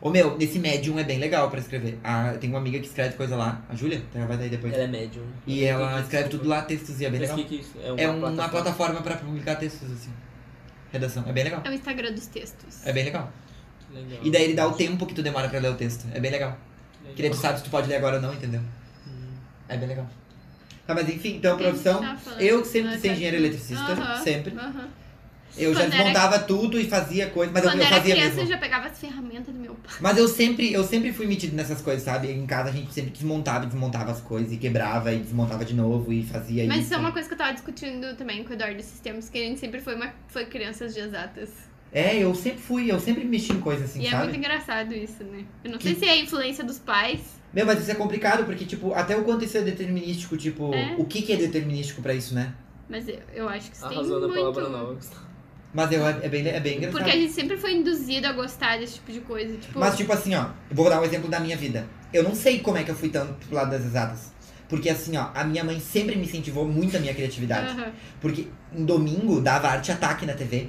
S2: Ô, meu, nesse Medium é bem legal pra escrever. Ah, eu tenho uma amiga que escreve coisa lá, a Júlia, tá? ela vai daí depois.
S3: Ela é médium.
S2: E ela escreve tudo lá, textos e é bem
S3: Mas
S2: legal.
S3: o que, que é isso?
S2: É uma plataforma pra publicar textos, assim. Redação. É bem legal.
S1: É o Instagram dos textos.
S2: É bem legal.
S3: Que legal.
S2: E daí ele dá o tempo que tu demora pra ler o texto. É bem legal. Que daí tu sabe se tu pode ler agora ou não, entendeu?
S3: Hum.
S2: É bem legal. Tá, mas enfim, então,
S1: O que a gente
S2: profissão.
S1: tava falando?
S2: Eu sempre quis
S1: Ah,
S2: ser
S1: tá.
S2: engenheiro eletricista,
S1: Aham,
S2: sempre.
S1: aham.
S2: Eu já
S1: Quando era-
S2: desmontava tudo e fazia coisa, mas eu,
S1: Quando
S2: eu
S1: era
S2: fazia
S1: criança,
S2: mesmo.
S1: eu já pegava as ferramentas do meu pai.
S2: Mas eu sempre, eu sempre fui metido nessas coisas, sabe? Em casa a gente sempre desmontava e desmontava as coisas e quebrava e desmontava de novo e fazia
S1: Mas é
S2: isso.
S1: isso é uma coisa que eu tava discutindo também com o Eduardo de Sistemas, que a gente sempre foi, uma, foi crianças de exatas.
S2: É, eu sempre fui, eu sempre mexi em coisa assim,
S1: E é
S2: sabe?
S1: muito engraçado isso, né? Eu não
S2: Que-
S1: sei se é a influência dos pais.
S2: Meu, mas isso é complicado, porque, tipo, até o quanto isso é determinístico, tipo,
S1: É.
S2: o que, que é determinístico pra isso, né?
S1: Mas eu, eu acho que isso tem
S4: Arrasou na Tá palavra
S1: muito.
S4: nova.
S2: Mas eu, é, bem, é bem engraçado.
S1: Porque a gente sempre foi induzido a gostar desse tipo de coisa. Tipo,
S2: Mas, tipo assim, ó, eu vou dar um exemplo da minha vida. Eu não sei como é que eu fui tanto pro lado das exatas. Porque, assim, ó, a minha mãe sempre me incentivou muito a minha criatividade.
S1: aham.
S2: Porque em domingo dava arte ataque na TV.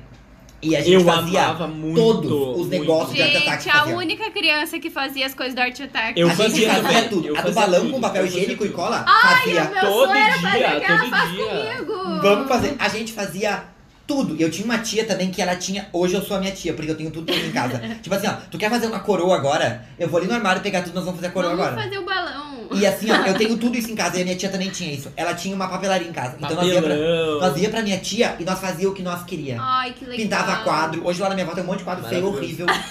S2: E a gente
S3: Eu
S2: fazia.
S3: amava muito.
S2: todos os
S3: muito.
S2: negócios. Arte Attack
S1: Gente, a
S2: fazia.
S1: única criança que fazia as coisas do Art Attack.
S3: Eu
S2: a gente
S3: fazia
S2: fazia
S3: também,
S2: tudo.
S3: eu
S2: a do
S3: fazia
S2: balão
S3: tudo,
S2: com papel
S3: eu fazia
S2: higiênico e
S3: tudo.
S1: E
S2: cola.
S1: o
S2: fazia.
S1: meu
S3: Todo
S1: sonho era fazer
S3: dia,
S1: aquela
S3: todo
S1: faz
S3: dia.
S1: comigo.
S2: Vamos fazer. A gente fazia tudo. E eu tinha uma tia também que ela tinha. Hoje eu sou a minha tia, porque eu tenho tudo pra mim
S1: [laughs]
S2: em casa. tipo assim, ó, tu quer fazer uma coroa agora? Eu vou ali no armário pegar tudo, nós vamos fazer a coroa
S1: Vamos
S2: agora.
S1: fazer o balão.
S2: E assim, ó,
S1: [laughs]
S2: eu tenho tudo isso em casa e a minha tia também tinha isso. Ela tinha uma papelaria em casa. Então nós ia, pra,
S3: Papelão.
S2: nós ia pra minha tia e nós fazia o que nós queria.
S1: Ai, que Ah, legal.
S2: É. Pintava quadro. Hoje lá na minha volta tem um monte de quadro feio,
S4: Maravilhoso.
S2: horrível.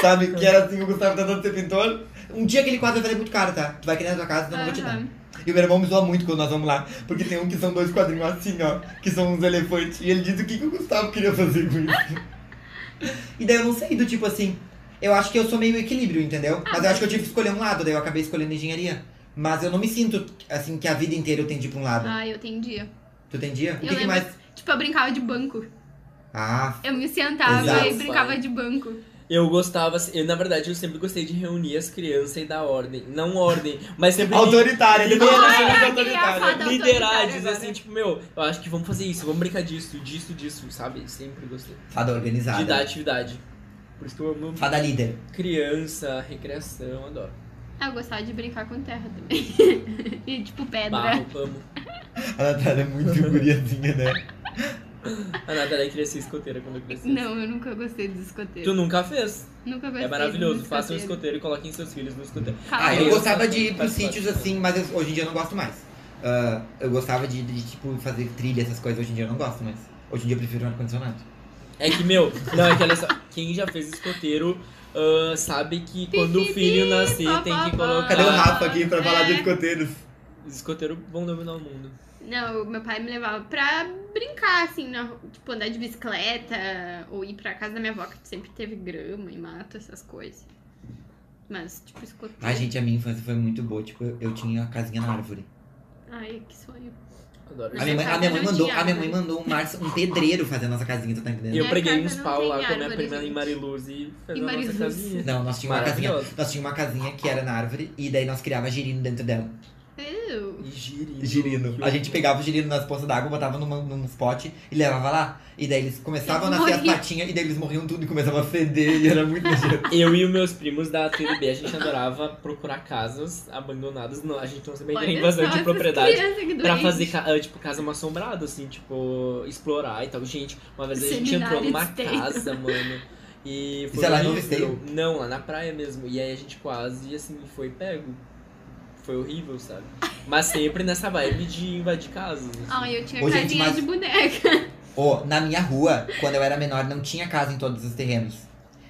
S2: Sabe? Que era assim, o Gustavo tentando ser pintor. Um dia aquele quadro vai valer muito caro, tá? Tu vai querer na tua casa, então eu não vou te dar.
S1: Aham.
S2: E o meu irmão me zoa muito quando nós vamos lá. Porque tem um que são dois quadrinhos assim, ó. Que são uns elefantes. E ele diz o que, que o Gustavo queria fazer com isso. [laughs] e daí eu não sei, do tipo assim. Eu acho que eu sou meio equilíbrio, entendeu? Ah, mas eu acho que eu tive que escolher um lado, daí eu acabei escolhendo engenharia. Mas eu não me sinto, assim, que a vida inteira eu tendi pra um lado.
S1: Ai, eu entendi.
S2: Tu tendia? O que,
S1: Ah. Eu
S2: que
S1: lembro.
S2: mais?
S1: Tipo, eu brincava de banco.
S2: Ah,
S1: Eu me sentava
S2: Exato.
S1: e brincava de banco.
S3: Eu gostava, assim, eu, na verdade, eu sempre gostei de reunir as crianças e dar ordem. Não ordem, mas sempre.
S2: autoritária, ele
S3: Ai,
S2: era
S1: ai,
S2: autoritária.
S1: criava- é Fada
S3: liderar,
S1: autoritária
S3: dizer
S1: agora.
S3: assim, tipo, meu, eu acho que vamos fazer isso, vamos brincar disso, disso, disso, sabe? Sempre gostei.
S2: Fada
S3: De dar
S2: organizada.
S3: atividade. Por isso que eu amo
S2: Fada líder.
S3: criança, recreação, adoro.
S1: Ah, eu gostava de brincar com terra também. [laughs] e tipo pedra.
S3: Barro, amo.
S2: A Natália é muito [laughs] guriazinha, né?
S3: A Natália queria ser escoteira quando eu cresci.
S1: Não, eu nunca gostei dos
S3: Tu
S1: escoteiros.
S3: nunca fez.
S1: Nunca gostei
S3: É maravilhoso.
S1: dos
S3: Façam um
S1: escoteiros.
S3: escoteiro e coloquem seus filhos no escoteiro.
S1: Cala
S2: Ah,
S1: a
S2: eu
S1: boca.
S2: gostava de ir pros
S3: Faz parte.
S2: sítios assim, mas eu- hoje em dia eu não gosto mais. Ah, eu gostava de, de, tipo, fazer trilha, essas coisas. Hoje em dia eu não gosto mais. Hoje em dia eu prefiro ar-condicionado.
S3: É que, meu, não, é que olha só, quem já fez escoteiro ah, sabe que quando o filho nascer
S1: pá,
S3: tem
S1: pá,
S3: que
S1: pá.
S3: colocar.
S2: Cadê o Rafa aqui pra falar de
S1: É.
S2: escoteiros?
S3: Os escoteiros vão dominar o mundo.
S1: Não, meu pai me levava pra brincar, assim, na ru- tipo, andar de bicicleta ou ir pra casa da minha avó, que sempre teve grama e mato, essas coisas. Mas, tipo, escoteiro.
S2: Ai, gente, a minha infância foi muito boa. Tipo, eu, eu tinha a casinha na árvore.
S1: Ai, que sonho.
S3: Adoro.
S2: A minha mãe, a
S1: casa
S2: minha mãe
S1: não
S2: mandou,
S1: tinha
S2: a minha mãe
S1: árvore.
S2: mandou um, março- um pedreiro fazer a nossa casinha, tu tá entendendo?
S3: E eu
S1: Minha
S3: peguei
S1: casa
S3: uns
S1: não
S3: pau
S1: tem
S3: lá com a minha
S1: árvore,
S3: prima em
S1: gente.
S3: Mariluz e fez
S1: E
S3: a nossa
S1: Mariluz.
S3: casinha.
S2: Não, nós tínhamos uma casinha.
S3: Maravilhoso.
S2: Nós tínhamos uma casinha que era na árvore e daí nós criava girino dentro dela.
S1: Eu.
S3: E girino.
S2: Girino.
S3: que
S2: A gente
S3: horror.
S2: pegava o girino nas poças d'água, botava numa, num spot e levava lá. E daí eles começavam a
S1: Eles
S2: nascer as
S1: morriam.
S2: patinhas e daí eles morriam tudo e começavam a feder e era muito
S3: [laughs]
S2: nojento.
S3: Eu e os meus primos da TDB, a gente adorava procurar casas abandonadas. Não, a gente não sabia que
S1: Olha
S3: era
S1: só
S3: invasão de
S1: essas
S3: propriedade.
S1: crianças que
S3: Pra
S1: doente.
S3: fazer, ca- ah, tipo, casa mal assombrada, assim, tipo, explorar e tal. Gente, uma vez a gente
S1: Seminário
S3: entrou numa
S1: de
S3: casa, mano. E
S2: Isso é lá em Novo
S3: horrível. Não, lá na praia mesmo. E aí a gente quase, assim, foi pego. Foi horrível, sabe? Mas sempre nessa vibe de invadir casas. assim.
S1: Ai, eu tinha
S2: Ô, gente,
S1: casinha
S2: mas-
S1: de boneca.
S2: Ô, na minha rua, quando eu era menor, não tinha casa em todos os terrenos.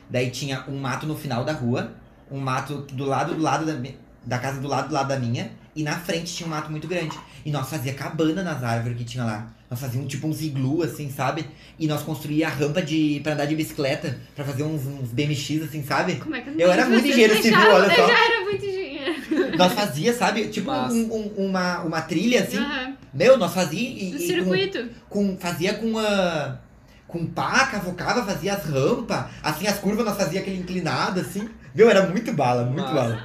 S2: Daí tinha um mato no final da rua, um mato do lado do lado da, mi- da casa do lado do lado da minha, e na frente tinha um mato muito grande. E nós fazia cabana nas árvores que tinha lá. Nós fazíamos tipo uns iglu, assim, sabe? E nós construía a rampa de pra andar de bicicleta, pra fazer uns, uns BMX, assim, sabe?
S1: Como é que as
S2: Eu era
S1: mães
S2: muito
S1: vocês
S2: engenheiro civil,
S1: deixavam?
S2: olha só.
S1: Eu já era muito engenheiro.
S2: Nós fazia, sabe? Tipo
S3: Mas-
S2: um- um- uma, uma trilha, assim.
S1: Aham.
S2: Meu, nós fazia e, um
S1: No
S2: e com-
S1: Ah. circuito.
S2: com, fazia com a com pá, cavocava, fazia as rampas, assim as curvas nós fazia aquele inclinado assim. Meu, era muito bala, muito
S3: Massa.
S2: bala.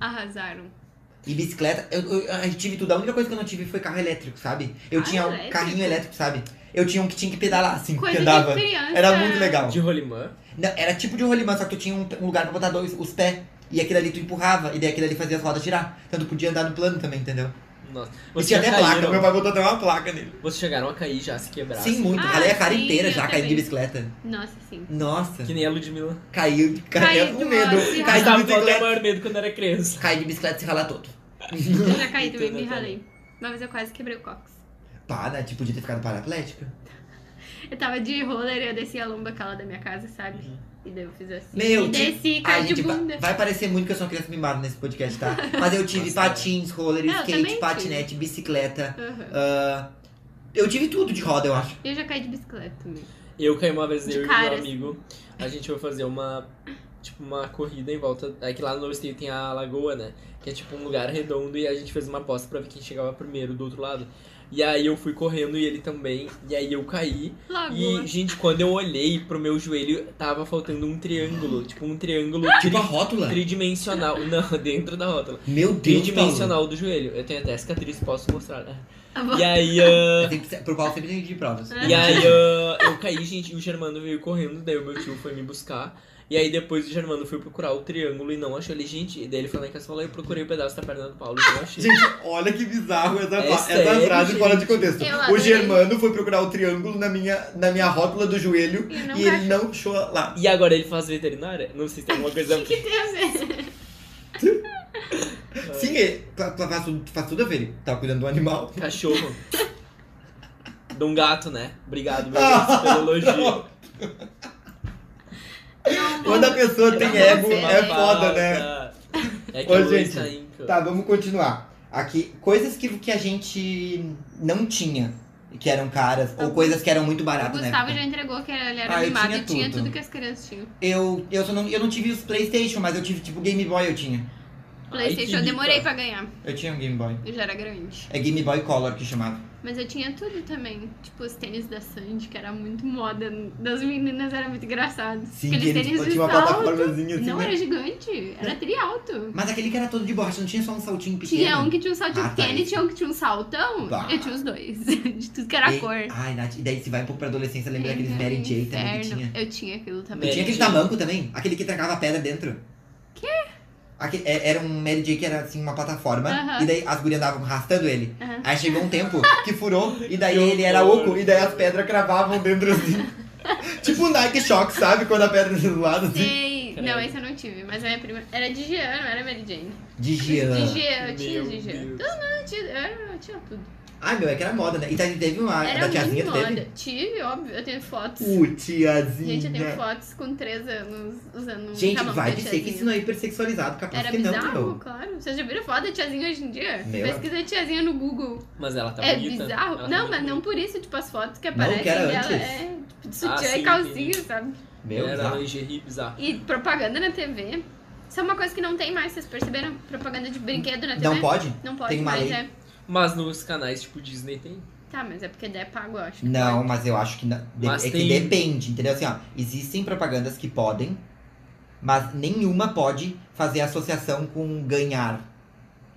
S1: Arrasaram.
S2: E bicicleta, eu, eu, eu tive tudo. A única coisa que eu não tive foi carro elétrico, sabe? Eu
S1: Ah,
S2: tinha um
S1: elétrico.
S2: carrinho elétrico, sabe? Eu tinha um que tinha que pedalar assim,
S1: Coisa
S2: que andava.
S1: de criança.
S2: Era muito legal.
S3: De rolimã.
S2: Não, era tipo de um rolimã, só que tu tinha um, um lugar pra botar dois, os pés. E aquele ali tu empurrava, e daí aquele ali fazia as rodas girar. Então tu podia andar no plano também, entendeu?
S3: Nossa.
S2: e
S3: Vocês
S2: tinha
S3: já
S2: até placa,
S3: caíram,
S2: meu pai botou até uma placa nele.
S3: Vocês chegaram a cair já, se quebrar.
S2: Sim, muito.
S1: Ah,
S2: Ralei a cara
S1: sim,
S2: inteira
S1: eu
S2: já, caindo de
S1: também.
S2: bicicleta.
S1: Nossa, sim.
S2: Nossa.
S3: Que nem a Ludmilla.
S2: Caiu, caiu,
S1: Caiu
S2: com
S1: de
S2: medo.
S1: uma-
S2: Caiu de
S3: Sabe qual que é o
S2: bicicleta.
S3: maior medo quando era criança?
S2: Caiu de bicicleta e se ralar todo.
S1: Eu já
S3: [laughs]
S1: caí também,
S3: Entendo,
S1: me
S3: entendo.
S1: ralei. Uma vez eu quase quebrei o cox.
S2: Pá, né? Tipo, podia ter ficado paraplética.
S1: Eu tava de roller e eu desci a lomba aquela da minha casa, sabe? E daí eu fiz assim.
S2: Uhum. Meu,
S1: e
S2: ti-
S1: desci,
S2: Ai,
S1: caí de
S2: gente, va-
S1: bunda.
S2: tipo, vai parecer muito que eu sou uma criança mimada nesse
S1: [laughs]
S2: podcast, tá? Mas eu tive
S3: Nossa,
S2: patins, roller,
S1: É, eu também
S2: skate,
S1: tive.
S2: patinete, bicicleta.
S1: Aham.
S2: ah, eu tive tudo de roda, eu acho.
S1: Eu já caí de bicicleta também.
S3: Eu, Caio uma vez,
S1: De
S3: eu e meu
S1: caras.
S3: amigo, a gente foi fazer uma, tipo, uma corrida em volta. É que lá no State tem a lagoa, né? Que é tipo um lugar redondo e a gente fez uma aposta pra ver quem chegava primeiro do outro lado. E aí eu fui correndo e ele também, e aí eu caí.
S1: Lagoa.
S3: E, gente, quando eu olhei pro meu joelho, tava faltando um triângulo. Tipo, um triângulo
S1: Ah,
S2: Tipo a
S3: tri-
S2: rótula?
S3: tridimensional. Não, [laughs] dentro da rótula.
S2: Meu Deus, Paulo.
S3: Tridimensional do joelho. Eu tenho até cicatriz, posso mostrar.
S1: [laughs]
S3: né?
S1: Ah, bom.
S3: E aí, ah,
S2: Eu sempre- Pro Paulo sempre tem de provas.
S1: É.
S3: e aí ah, eu caí, gente, e o Germano veio correndo, daí o meu tio foi me buscar. E aí depois o Germano foi procurar o triângulo e não achou ele, gente. E daí ele foi lá em casa e falou, eu procurei o pedaço da perna do Paulo e não achei.
S2: Gente, olha que bizarro essa,
S3: É
S2: fa- essa
S3: sério,
S2: frase
S3: gente?
S2: fora de contexto.
S1: Eu
S2: O
S1: adorei.
S2: Germano foi procurar o triângulo na minha, na minha rótula do joelho
S1: E não
S2: e ele não achou lá.
S3: E agora ele faz veterinária? Não sei se tem alguma coisa.
S1: O que tem a ver?
S2: Sim, ele, tu, tu faz, tudo- tu faz tudo a ver. Ele tava cuidando do animal.
S3: Cachorro. De um gato, né? Obrigado, meu Deus, pelo elogio.
S2: Quando a pessoa tem ego,
S1: você,
S2: é
S1: né?
S2: foda, né?
S3: É que
S2: Ô,
S3: a Luiz
S2: gente,
S3: tá em campo.
S2: Tá, vamos continuar. Aqui, coisas que, que a gente não tinha, que eram caras, ou
S1: Algum-
S2: coisas que eram muito
S1: O
S2: baratas, né?
S1: Tá Gustavo já entregou que ele era
S2: Ah, eu
S1: animado
S2: tinha
S1: e tinha
S2: tudo.
S1: tudo. que as crianças tinham.
S2: Eu, eu, só não, eu não tive os Playstation, mas eu tive, tipo, Game Boy eu tinha.
S1: Playstation
S3: que
S1: eu demorei
S3: rica.
S1: pra ganhar.
S2: Eu tinha um Game Boy.
S1: Eu já era grande.
S2: É Game Boy Color que chamava.
S1: Mas eu tinha tudo também. Tipo, os tênis da Sandy, que era muito moda. Das meninas era muito engraçado. Aqueles
S2: ele
S1: tênis de
S2: tinha uma
S1: salto.
S2: plataformazinha assim,
S1: Não,
S2: né?
S1: era gigante. Era tri alto.
S2: Mas aquele que era todo de borracha, não tinha só um saltinho pequeno.
S1: Tinha um que tinha um salto
S2: Ah, tá,
S1: pequeno e
S2: isso.
S1: tinha um que tinha um saltão.
S2: Bah.
S1: Eu tinha os dois. [laughs] De tudo que era
S2: e,
S1: cor.
S2: Ai, Nath, e daí se vai um pouco pra adolescência, lembra daqueles
S1: Era
S2: Mary
S1: um
S2: J também que
S1: inferno.
S2: tinha.
S1: Eu tinha aquilo também.
S2: Eu tinha aquele
S3: Mary J.
S2: tamanco também, aquele que tracava pedra dentro. Quê? era um Mary J que era assim, uma plataforma,
S1: Aham.
S2: e daí as gurias andavam arrastando ele.
S1: Aham.
S2: Aí chegou um tempo que furou, e daí
S3: Que
S2: ele era
S3: horror.
S2: oco, e daí as pedras cravavam
S1: [laughs]
S2: dentro assim. tipo o Nike Shock, sabe? Quando a pedra do lado assim.
S1: Sei.
S3: Credo.
S1: Não, esse eu não tive. Mas a minha prima... Era de Jean, não era Mary Jane.
S2: De Jean.
S1: De Jean, eu tinha
S3: Meu
S1: de Jean.
S3: Deus.
S1: Eu tinha, eu era- eu tinha tudo.
S2: Ai, meu, é que era moda, né? E daí teve uma.
S1: Era
S2: da tiazinha
S1: muito
S2: tu
S1: moda.
S2: teve?
S1: Tive, óbvio. Eu tenho fotos.
S2: O tiazinha.
S1: Gente, eu tenho fotos com 3 anos usando um
S2: né? Gente,
S1: camão
S2: vai
S1: da
S2: dizer que
S1: tiazinha.
S2: isso não é hipersexualizado, capaz
S1: Era
S2: que não,
S1: bizarro,
S2: meu.
S1: claro. Vocês já viram foto da tiazinha hoje em dia?
S2: Meu.
S1: Pesquisa tiazinha no Google.
S3: Mas ela tá
S1: é
S3: bonita.
S1: bizarro.
S3: Ela tá
S1: não,
S3: muito
S1: mas não
S3: bonita.
S1: por isso, tipo, as fotos que
S2: Não,
S1: aparecem
S2: que era
S1: dela
S2: antes.
S1: é tipo, de sutiã
S3: Ah,
S1: e
S3: sim,
S1: calcinha,
S3: entendi.
S1: sabe?
S2: Meu,
S3: Ela era
S2: bizarro.
S3: lingerie bizarro.
S1: E propaganda na TV. Isso é uma coisa que não tem mais, vocês perceberam? Propaganda de brinquedo na TV.
S2: Não pode?
S1: Não pode
S2: Tem uma
S1: mais,
S2: lei.
S1: é.
S3: Mas nos canais tipo Disney tem.
S1: Tá, mas é porque é pago, eu acho. que
S2: Não, mas eu acho que não. De-
S3: Mas
S2: é que
S3: tem-
S2: depende, entendeu? Assim, ó, existem propagandas que podem, mas nenhuma pode fazer associação com ganhar.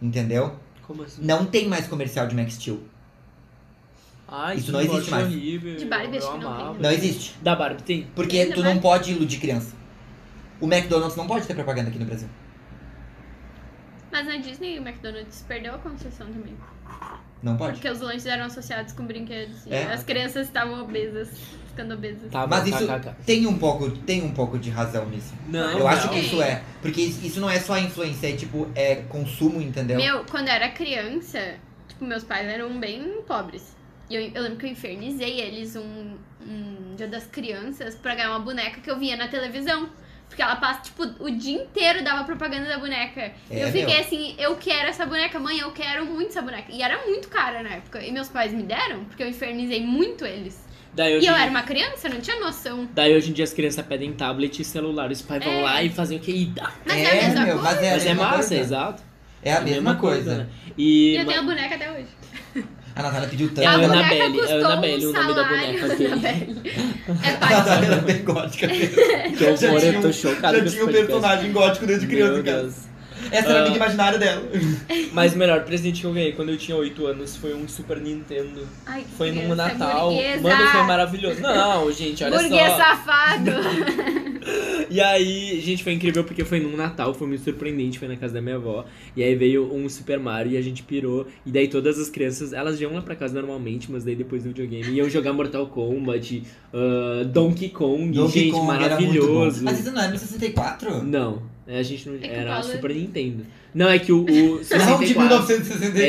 S2: Entendeu?
S3: Como assim?
S2: Não tem mais comercial de Max Steel.
S3: Ai,
S2: Isso
S3: que
S2: não existe
S3: morte
S2: mais.
S3: Horrível,
S1: De Barbie,
S3: eu
S1: acho que não
S3: amava.
S1: tem.
S2: Não existe.
S3: Da Barbie tem?
S2: Porque
S1: Ainda
S2: tu não pode iludir criança. O McDonald's não pode ter propaganda aqui no Brasil.
S1: Mas na Disney o McDonald's perdeu a concessão também.
S2: Não pode.
S1: Porque os lanches eram associados com brinquedos. E
S2: É.
S1: as crianças estavam obesas, ficando obesas.
S3: Tá,
S2: Mas
S3: bom,
S2: isso
S3: kkk.
S2: tem um pouco, tem um pouco de razão nisso.
S3: Não,
S2: Eu acho
S3: não.
S2: que isso é. Porque isso isso não é só influência, é tipo, é consumo, entendeu?
S1: Meu, quando eu era criança, tipo, meus pais eram bem pobres. E eu, eu lembro que eu infernizei eles um, um dia das crianças pra ganhar uma boneca que eu via na televisão. Porque ela passa, tipo, o dia inteiro dava propaganda da boneca. E
S2: É,
S1: eu fiquei
S2: meu.
S1: assim, eu quero essa boneca, mãe, eu quero muito essa boneca. E era muito cara na época. E meus pais me deram, porque eu infernizei muito eles.
S3: Daí
S1: E
S3: hoje,
S1: eu
S3: em-
S1: era uma criança, eu não tinha noção.
S3: daí hoje em dia as crianças pedem tablet e celular. Os pais vão
S1: É.
S3: lá e fazem o que? E dá.
S1: Mas é, a mesma coisa.
S2: mas é a
S3: Mas é
S2: mesma
S3: massa,
S2: coisa.
S3: exato.
S2: É a mesma coisa.
S3: né?
S1: E
S3: E,
S1: eu
S3: ma-
S1: tenho a boneca até hoje.
S2: A Natália pediu tanto.
S1: E a
S3: Então, Ana
S1: boneca
S3: Belle,
S1: custou
S3: Ana Belle,
S1: um
S3: o nome da
S1: salário,
S3: boneca, ok.
S1: [laughs] Ana Belle. É
S2: [laughs] A [laughs]
S1: parte.
S2: Natália bem
S3: [laughs]
S2: gótica.
S3: que horror,
S2: tinha
S3: eu tô
S2: um-
S3: chocado
S2: Já tinha um
S3: com esse podcast.
S2: personagem gótico desde criança,
S3: Meu
S2: cara.
S3: Deus.
S2: Essa era a
S3: Ah.
S2: vida imaginária dela.
S3: Mas o melhor presente que eu ganhei quando eu tinha 8 anos foi um Super Nintendo.
S1: Ai, que
S3: Foi num
S1: criança
S3: Natal.
S1: burguesa.
S3: Mano, foi maravilhoso. Não, gente, olha
S1: Burguês
S3: só.
S1: safado.
S3: E aí, gente, foi incrível porque foi num Natal, foi muito surpreendente, foi na casa da minha avó. E aí veio um Super Mario e a gente pirou. E daí todas as crianças, elas iam lá pra casa normalmente, mas daí depois do videogame iam jogar Mortal Kombat, ah, Donkey Kong, gente, maravilhoso.
S2: Mas isso não é era no 64?
S3: Não, a gente não.
S1: É que o
S3: era
S1: Paulo-
S3: Super Nintendo. Não, é que o. o
S2: [laughs]
S3: 64,
S2: Não, tipo, de
S3: é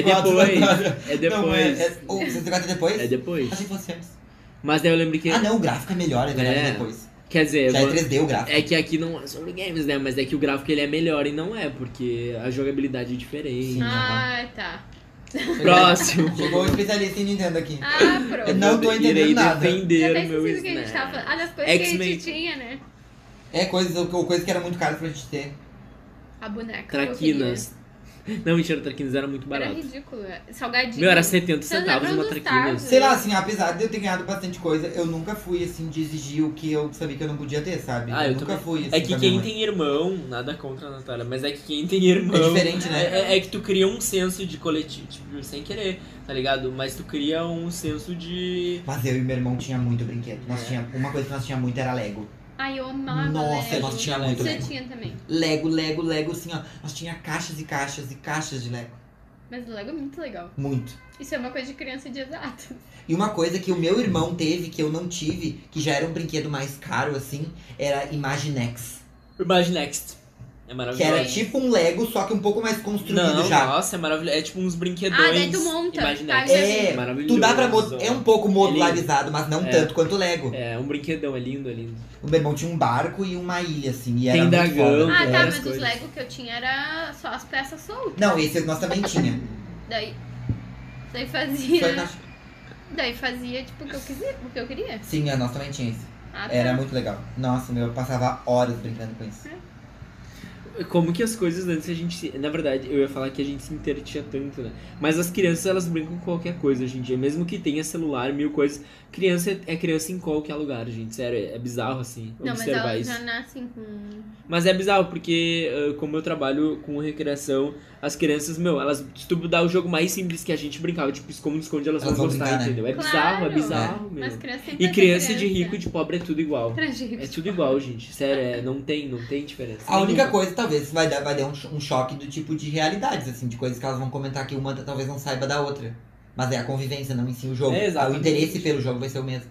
S2: 1964. Natália.
S3: depois. É
S2: Não, é,
S3: depois.
S2: é, o 64 é depois?
S3: É depois.
S2: Achei que fosse antes.
S3: Mas daí eu lembro que.
S2: Ah, não, o gráfico é melhor, é verdade,
S3: É.
S2: depois.
S3: Quer dizer,
S2: Já é
S3: eu vou-
S2: 3D o gráfico.
S3: é que aqui não é sobre games, né? Mas é que o gráfico ele é melhor e não é, porque a jogabilidade é diferente.
S2: Sim.
S1: Ah, tá.
S3: É, Próximo.
S2: Chegou um especialista em Nintendo aqui.
S1: Ah,
S2: Eu
S1: pronto.
S2: não tô entendendo
S3: Irei
S2: nada.
S1: Já
S3: defender
S1: até
S3: o É meu
S1: esqueci do que a gente tava
S3: snack.
S1: falando. Ah, das coisas que a
S3: X-Men.
S1: gente tinha, né?
S2: É coisa, ou coisa que era muito cara pra gente ter.
S1: A boneca. que eu
S3: Traquinas. Não, mentira, traquinas era muito
S1: queria. Era
S3: barato.
S1: ridículo. Salgadinho.
S3: Meu, era 70
S1: Vocês
S3: centavos
S1: lembram
S3: uma
S1: dos
S3: traquinas.
S1: Tazos?
S2: Sei lá, assim, apesar de eu ter ganhado bastante coisa, eu nunca fui, assim, de exigir o que eu sabia que eu não podia ter, sabe?
S3: Ah, eu
S2: nunca
S3: também.
S2: fui, assim,
S3: É que
S2: pra
S3: quem
S2: minha mãe.
S3: tem irmão, nada contra a Natália, mas é que quem tem irmão.
S2: É diferente, né?
S3: É, é- é que tu cria um senso de coletivo, tipo, sem querer, tá ligado? Mas tu cria um senso de.
S2: Mas eu e meu irmão tinha muito brinquedo. Nós
S3: É.
S2: tinha, uma coisa que nós tinha muito era Lego.
S1: Ai, eu amava.
S2: Nossa,
S1: Lego.
S2: nós tinha muito
S1: Você
S2: Lego.
S1: tinha também.
S2: Lego, Lego, Lego, assim, ó. Nós tinha caixas e caixas e caixas de Lego.
S1: Mas o Lego é muito legal.
S2: Muito.
S1: Isso é uma coisa de criança de exato.
S2: E uma coisa que o meu irmão teve, que eu não tive, que já era um brinquedo mais caro, assim, era Imaginex.
S3: Imagine Next. É
S2: Que era
S3: maravilhoso.
S2: tipo um Lego, só que um pouco mais construído
S3: Não,
S2: já.
S3: nossa, é maravilhoso. É tipo uns brinquedões.
S1: Ah, daí tu monta,
S3: Imagine
S1: faz
S3: Next.
S2: assim. É,
S3: maravilhoso.
S2: Tu dá pra mo- É um pouco modularizado, mas não
S3: É.
S2: tanto quanto o Lego.
S3: É, um brinquedão, é lindo, é lindo.
S2: O meu irmão tinha um barco e uma ilha, assim, e era
S3: Tem
S2: muito
S3: dragão. né?
S2: foda.
S1: Ah, tá,
S3: várias
S1: mas os
S3: coisas.
S1: Lego que eu tinha era só as peças soltas.
S2: Não, esse nós também tinha.
S1: Daí. Daí
S2: Só
S1: fazia.
S2: caixa-
S1: Daí fazia, tipo, o que eu quisia, o que eu queria.
S2: Sim, é, nós também tinha esse.
S1: Ah, tá.
S2: Era muito legal. Nossa, meu, eu passava horas brincando com isso.
S3: Como que as coisas antes a gente. se- Na verdade, eu ia falar que a gente se intertinha tanto, né? Mas as crianças, elas brincam com qualquer coisa hoje em dia. Mesmo que tenha celular, mil coisas. Criança é- é criança em qualquer lugar, gente. Sério, é é bizarro, assim,
S1: Não, mas
S3: observar
S1: elas
S3: isso.
S1: já nascem com.
S3: Mas é bizarro, porque ah, como eu trabalho com recreação, as crianças, meu, elas. Se tu dar o jogo mais simples que a gente brincava, tipo, esconde-esconde, elas,
S2: Elas vão
S3: vão gostar,
S2: brincar, né?
S3: entendeu? É
S1: Claro!
S3: bizarro, é bizarro, meu.
S1: Mas é criança sempre vai
S3: E
S1: ser
S3: criança de rico e de pobre é
S1: [laughs]
S3: tudo igual.
S1: Pra gente.
S3: É tudo igual, gente. Sério, é, não tem, não tem diferença.
S2: A única
S3: nenhuma.
S2: coisa, talvez, vai dar, vai dar um, cho- um choque do tipo de realidades, assim, de coisas que elas vão comentar que uma talvez não saiba da outra. Mas é a convivência, não em si o jogo.
S3: É,
S2: o
S3: exatamente.
S2: interesse pelo jogo vai ser o mesmo.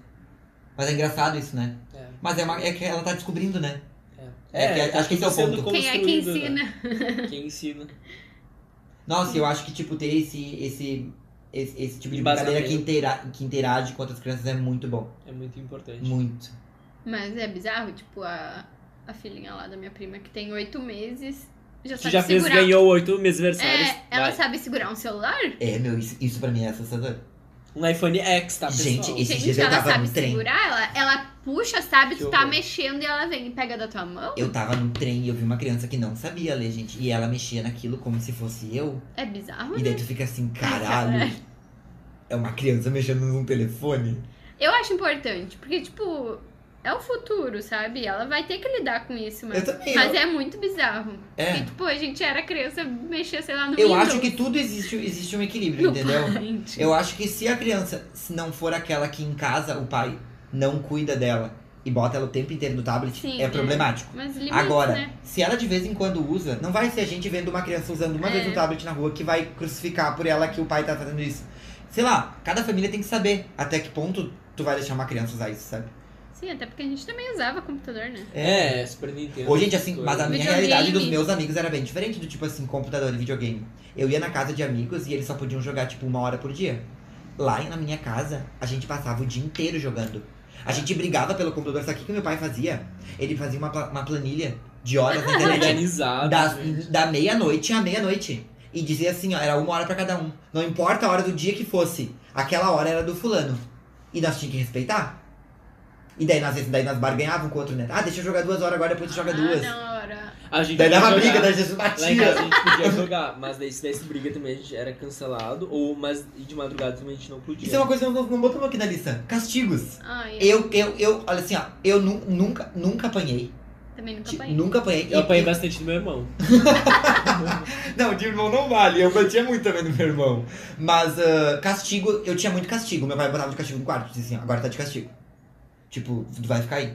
S2: Mas é engraçado isso, né? Mas é, uma- é que ela tá descobrindo, né? É, que acho
S3: tá
S2: que esse é o
S3: sendo
S2: ponto.
S1: Quem é que
S3: construído,
S1: ensina?
S3: né? Quem ensina.
S2: Nossa, eu acho que, tipo, ter esse, esse, esse, esse tipo de
S3: Embasamento.
S2: brincadeira que, intera que interage com outras crianças é muito bom.
S3: É muito importante.
S2: Muito.
S1: Mas é bizarro, tipo, a, a filhinha lá da minha prima que tem oito meses já
S3: Tu
S1: sabe
S3: já fez,
S1: segurar.
S3: ganhou oito meses versários.
S1: É, ela
S3: Vai.
S1: sabe segurar um celular?
S2: É, meu, isso, isso pra mim é assustador.
S3: Um iPhone X, tá, pessoal?
S2: Gente, esse-
S1: Gente,
S2: dias eu
S1: ela
S2: tava
S1: sabe
S2: no trem.
S1: segurar, ela, ela puxa, sabe,
S3: Que
S1: tu tá
S3: horror.
S1: mexendo e ela vem e pega da tua mão.
S2: Eu tava no trem e eu vi uma criança que não sabia ler, gente. E ela mexia naquilo como se fosse eu.
S1: É bizarro,
S2: E
S1: né?
S2: daí tu fica assim, caralho. É uma criança mexendo num telefone?
S1: Eu acho importante, porque, tipo, é o futuro, sabe? Ela vai ter que lidar com isso, mas,
S2: Eu também,
S1: mas
S2: eu-
S1: é muito bizarro.
S2: É.
S1: Porque, tipo, a gente era criança, mexia, sei lá, no
S2: Eu
S1: Windows.
S2: acho que tudo existe, existe um equilíbrio,
S1: no
S2: entendeu?
S1: Paint.
S2: Eu acho que se a criança se não for aquela que em casa o pai não cuida dela e bota ela o tempo inteiro no tablet,
S1: Sim,
S2: é
S1: é.
S2: problemático.
S1: Mas limites,
S2: Agora,
S1: né?
S2: se ela de vez em quando usa, não vai ser a gente vendo uma criança usando uma
S1: É.
S2: vez um tablet na rua que vai crucificar por ela que o pai tá fazendo isso. Sei lá, cada família tem que saber até que ponto tu vai deixar uma criança usar isso, sabe?
S1: Sim, até porque a gente também usava computador, né?
S3: É, Super Nintendo.
S2: Hoje, gente, assim, mas a minha
S1: Videogame.
S2: realidade dos meus amigos era bem diferente do tipo assim, computador e videogame. Eu ia na casa de amigos e eles só podiam jogar, tipo, uma hora por dia. Lá na minha casa, a gente passava o dia inteiro jogando. A gente brigava pelo computador, sabe o que, que meu pai fazia? Ele fazia uma, pla- uma planilha de
S1: [laughs]
S2: horas na internet.
S3: Organizado.
S2: da
S3: gente.
S2: da meia-noite à meia-noite. E dizia assim, ó, era uma hora pra cada um. Não importa a hora do dia que fosse, aquela hora era do fulano. E nós tínhamos que respeitar. E daí, às vezes, daí nós barganhavam com o outro, né? Ah, deixa eu jogar duas horas agora, depois tu joga
S1: ah,
S2: duas.
S1: não, era...
S3: A gente
S2: Daí
S3: podia
S2: dava
S3: jogar.
S2: briga, daí Jesus
S3: Lá em casa a
S2: batia.
S3: gente podia jogar, mas daí se desse briga também a gente era cancelado, ou mas e de madrugada também a gente não podia.
S2: Isso é uma coisa que nós não botamos aqui na lista. Castigos.
S1: Ai,
S2: Eu, eu, eu, olha assim, ó, eu nu- nunca, nunca apanhei.
S1: também nunca
S2: Ti-
S1: apanhei.
S2: Nunca apanhei.
S3: Eu
S2: E-
S3: apanhei bastante do
S2: [laughs]
S3: meu irmão.
S2: Não, de irmão não vale. Eu batia muito também no meu irmão. Mas ah, castigo, eu tinha muito castigo. Meu pai botava de castigo no quarto. Dizia assim, ó, agora tá de castigo. Tipo, tu vai ficar aí.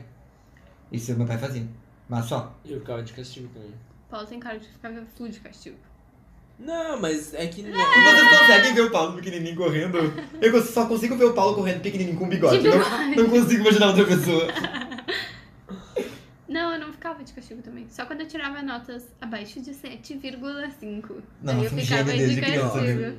S2: Isso meu pai fazia. Mas só.
S3: Eu ficava de castigo também.
S1: Paulo tem cara de ficar full de castigo.
S3: Não, mas é que. não-
S2: E vocês conseguem ver o Paulo pequenininho correndo? Eu só consigo ver o Paulo correndo pequenininho com bigode.
S1: De
S2: Não-
S1: bigode.
S2: não consigo imaginar outra pessoa.
S1: Não, eu não ficava de castigo também. Só quando eu tirava notas abaixo de 7,5. Daí eu
S2: Nossa, um
S1: ficava
S2: gênio
S1: de
S2: desde criança,
S1: castigo.
S2: né?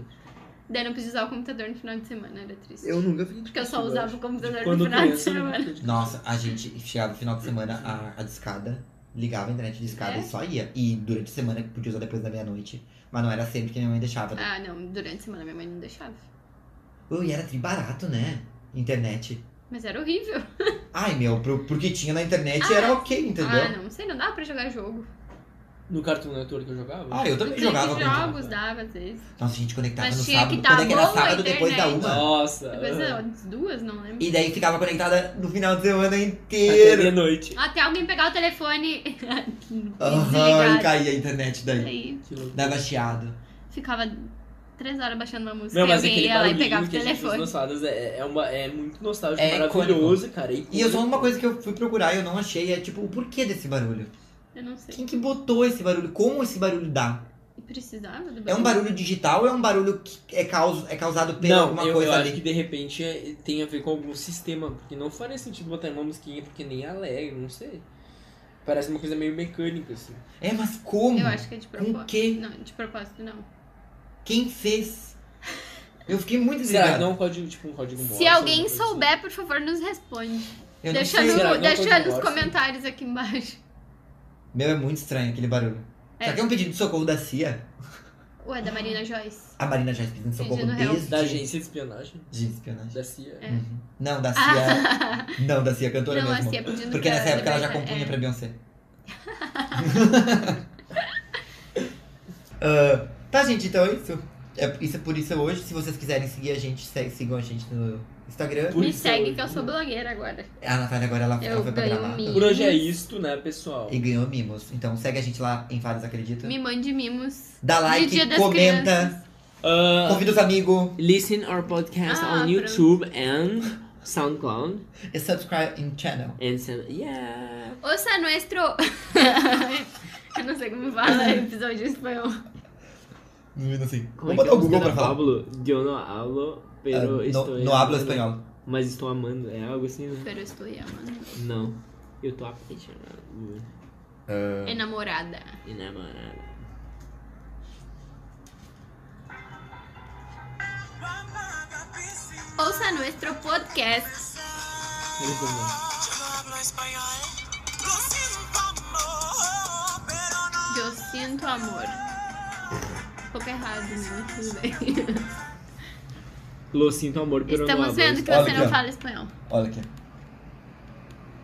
S1: Daí não podia usar o computador no final de semana, era triste.
S3: Eu nunca fiquei de
S1: Porque eu só
S3: castigo,
S1: usava
S3: acho.
S1: o computador
S3: Quando
S1: no final de
S3: criança, né? eu nunca
S1: semana.
S3: fiquei de
S2: Nossa, a gente chegava no final de semana a, a discada, ligava a internet de discada
S1: É?
S2: e só ia. E durante a semana que podia usar depois da meia-noite. Mas não era sempre que minha mãe deixava.
S1: Ah, não, durante a semana minha mãe não deixava.
S2: Ui, era tribarato, né? Internet.
S1: Mas era horrível.
S2: Ai, meu, pro, pro que tinha na internet
S1: Ah,
S2: era ok, entendeu?
S1: Ah, não sei, não dava pra jogar jogo.
S3: No Cartoon Network eu jogava?
S2: Ah, eu também
S1: Inclusive,
S2: jogava com
S1: jogos dava às vezes.
S2: Nossa, a gente conectava
S1: Mas
S2: no
S1: tinha
S2: sábado.
S1: que tá
S2: Quando é que era
S1: boa a
S2: sábado depois da
S1: internet.
S2: uma?
S3: Nossa. Ah,
S1: Depois
S2: Ah.
S1: das duas, não lembro.
S2: E daí ficava conectada no final de semana
S3: Até
S2: inteiro.
S3: meia-noite.
S1: Até alguém pegar o telefone [laughs] e
S2: Aham,
S1: desligar.
S2: e caía a internet daí.
S1: Aí
S3: Que louco.
S2: Dava chiado.
S1: ficava três horas baixando uma música
S3: Não, mas
S1: e alguém
S3: aquele
S1: ia lá e
S3: barulhinho
S1: pegava o
S3: que a gente fez
S1: telefone.
S3: nas fadas é, é, uma, é muito nostálgico,
S2: É
S3: maravilhoso, cara.
S2: E eu só uma coisa que eu fui procurar e eu não achei é tipo, o porquê desse barulho?
S1: Eu não sei.
S2: Quem que botou esse barulho? Como esse barulho dá?
S1: E precisava do
S2: É um barulho digital ou é um barulho que é, caus- é causado por
S3: Não,
S2: alguma
S3: eu,
S2: coisa
S3: eu acho
S2: ali?
S3: que de repente é- tem a ver com algum sistema, porque não faria sentido botar uma musiquinha, porque nem alegra, não sei. Parece uma coisa meio mecânica, assim.
S2: É, mas como?
S1: Eu acho que é de
S2: Com
S1: propósito.
S2: quê? Tipo,
S1: Não, de propósito não.
S2: Quem fez? Eu fiquei muito
S3: Será que
S2: intrigado.
S3: não é um código, tipo um código morse?
S1: Se alguém
S3: alguma coisa assim?
S1: souber, por favor, nos responde.
S2: assim. Eu não
S1: deixa
S2: sei.
S1: no-
S3: Será que não
S1: deixa
S3: pode
S1: nos
S3: embora,
S1: comentários aqui embaixo.
S2: Meu, é muito estranho aquele barulho.
S1: É.
S2: Será que é um pedido de socorro da CIA?
S1: Ué, da Marina Joyce.
S2: A Marina já é pedindo socorro
S1: Pedindo help.
S2: desde...
S3: assim. Da agência de espionagem?
S2: De espionagem.
S3: Da CIA?
S1: É.
S2: Uhum. Não, da CIA...
S1: Ah,
S2: Não, da CIA cantora
S1: [laughs] não,
S2: mesmo.
S1: assim, é pedindo
S2: Porque
S1: pra
S2: nessa época ela já
S1: libertar-
S2: compunha
S1: é. [laughs]
S2: pra Beyoncé. Ah, tá, gente, então é isso. É, isso é por isso hoje. Se vocês quiserem seguir a gente, se- sigam a gente no Instagram.
S3: Por
S1: Me
S3: isso
S1: segue
S3: hoje.
S1: que eu sou blogueira agora.
S2: A Natália agora ela,
S1: Eu
S2: ela foi pra
S1: ganho
S2: Gramado
S1: mimos.
S3: Por hoje é isto, né, pessoal?
S2: e ganhou mimos. Então segue a gente lá em Fadas Acredita.
S1: Me mande mimos.
S2: Dá
S1: de Dia
S2: like,
S1: das
S2: comenta,
S1: Crianças.
S3: Ah,
S2: convida os amigos
S3: listen our podcast
S1: Ah,
S3: on
S1: pronto.
S3: YouTube and SoundCloud.
S2: e subscribe in channel.
S3: And some, yeah.
S1: Ouça
S2: [laughs]
S1: nuestro... eu não sei como fala episódio um. em espanhol.
S2: Menino assim.
S3: Como
S2: Vou
S3: é
S2: botar
S3: que
S2: o
S3: é
S2: Google
S3: música
S2: pra
S3: da
S2: falar.
S3: Pablo? Eu não hablo,
S2: Ah,
S3: pero
S2: no,
S3: estoy
S2: no habla
S3: amando.
S2: espanhol.
S3: Mas estou amando, é algo assim, né?
S1: Pero estou amando.
S3: Não. Eu tô apaixonado.
S2: É.
S1: Enamorada.
S3: E namorada.
S1: Ouça nuestro podcast.
S3: Muito bom.
S4: Yo no hablo español. Lo siento, amor, pero no.
S1: Eu sinto amor. Pouco errado, né? Tudo bem.
S3: Lo sinto amor, pero não
S1: Estamos
S3: hablo
S1: vendo que
S2: Olha
S1: você
S2: aqui, ó.
S1: não fala espanhol.
S2: Olha aqui.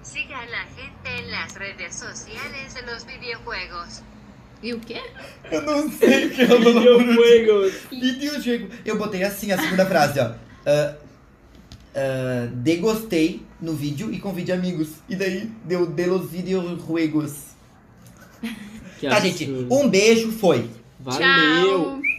S5: Siga a la gente en las redes sociales de los videojuegos.
S1: E o quê?
S2: Eu não sei o que ela falou.
S3: [laughs] Videojuegos.
S2: Videojogo. Eu botei assim a segunda frase, ó. Ah, ah, dê gostei no vídeo e convide amigos. E daí deu de los videojuegos.
S3: Que
S2: Tá, gente?
S3: absurdo.
S2: Um beijo, foi.
S3: Valeu.
S1: Tchau.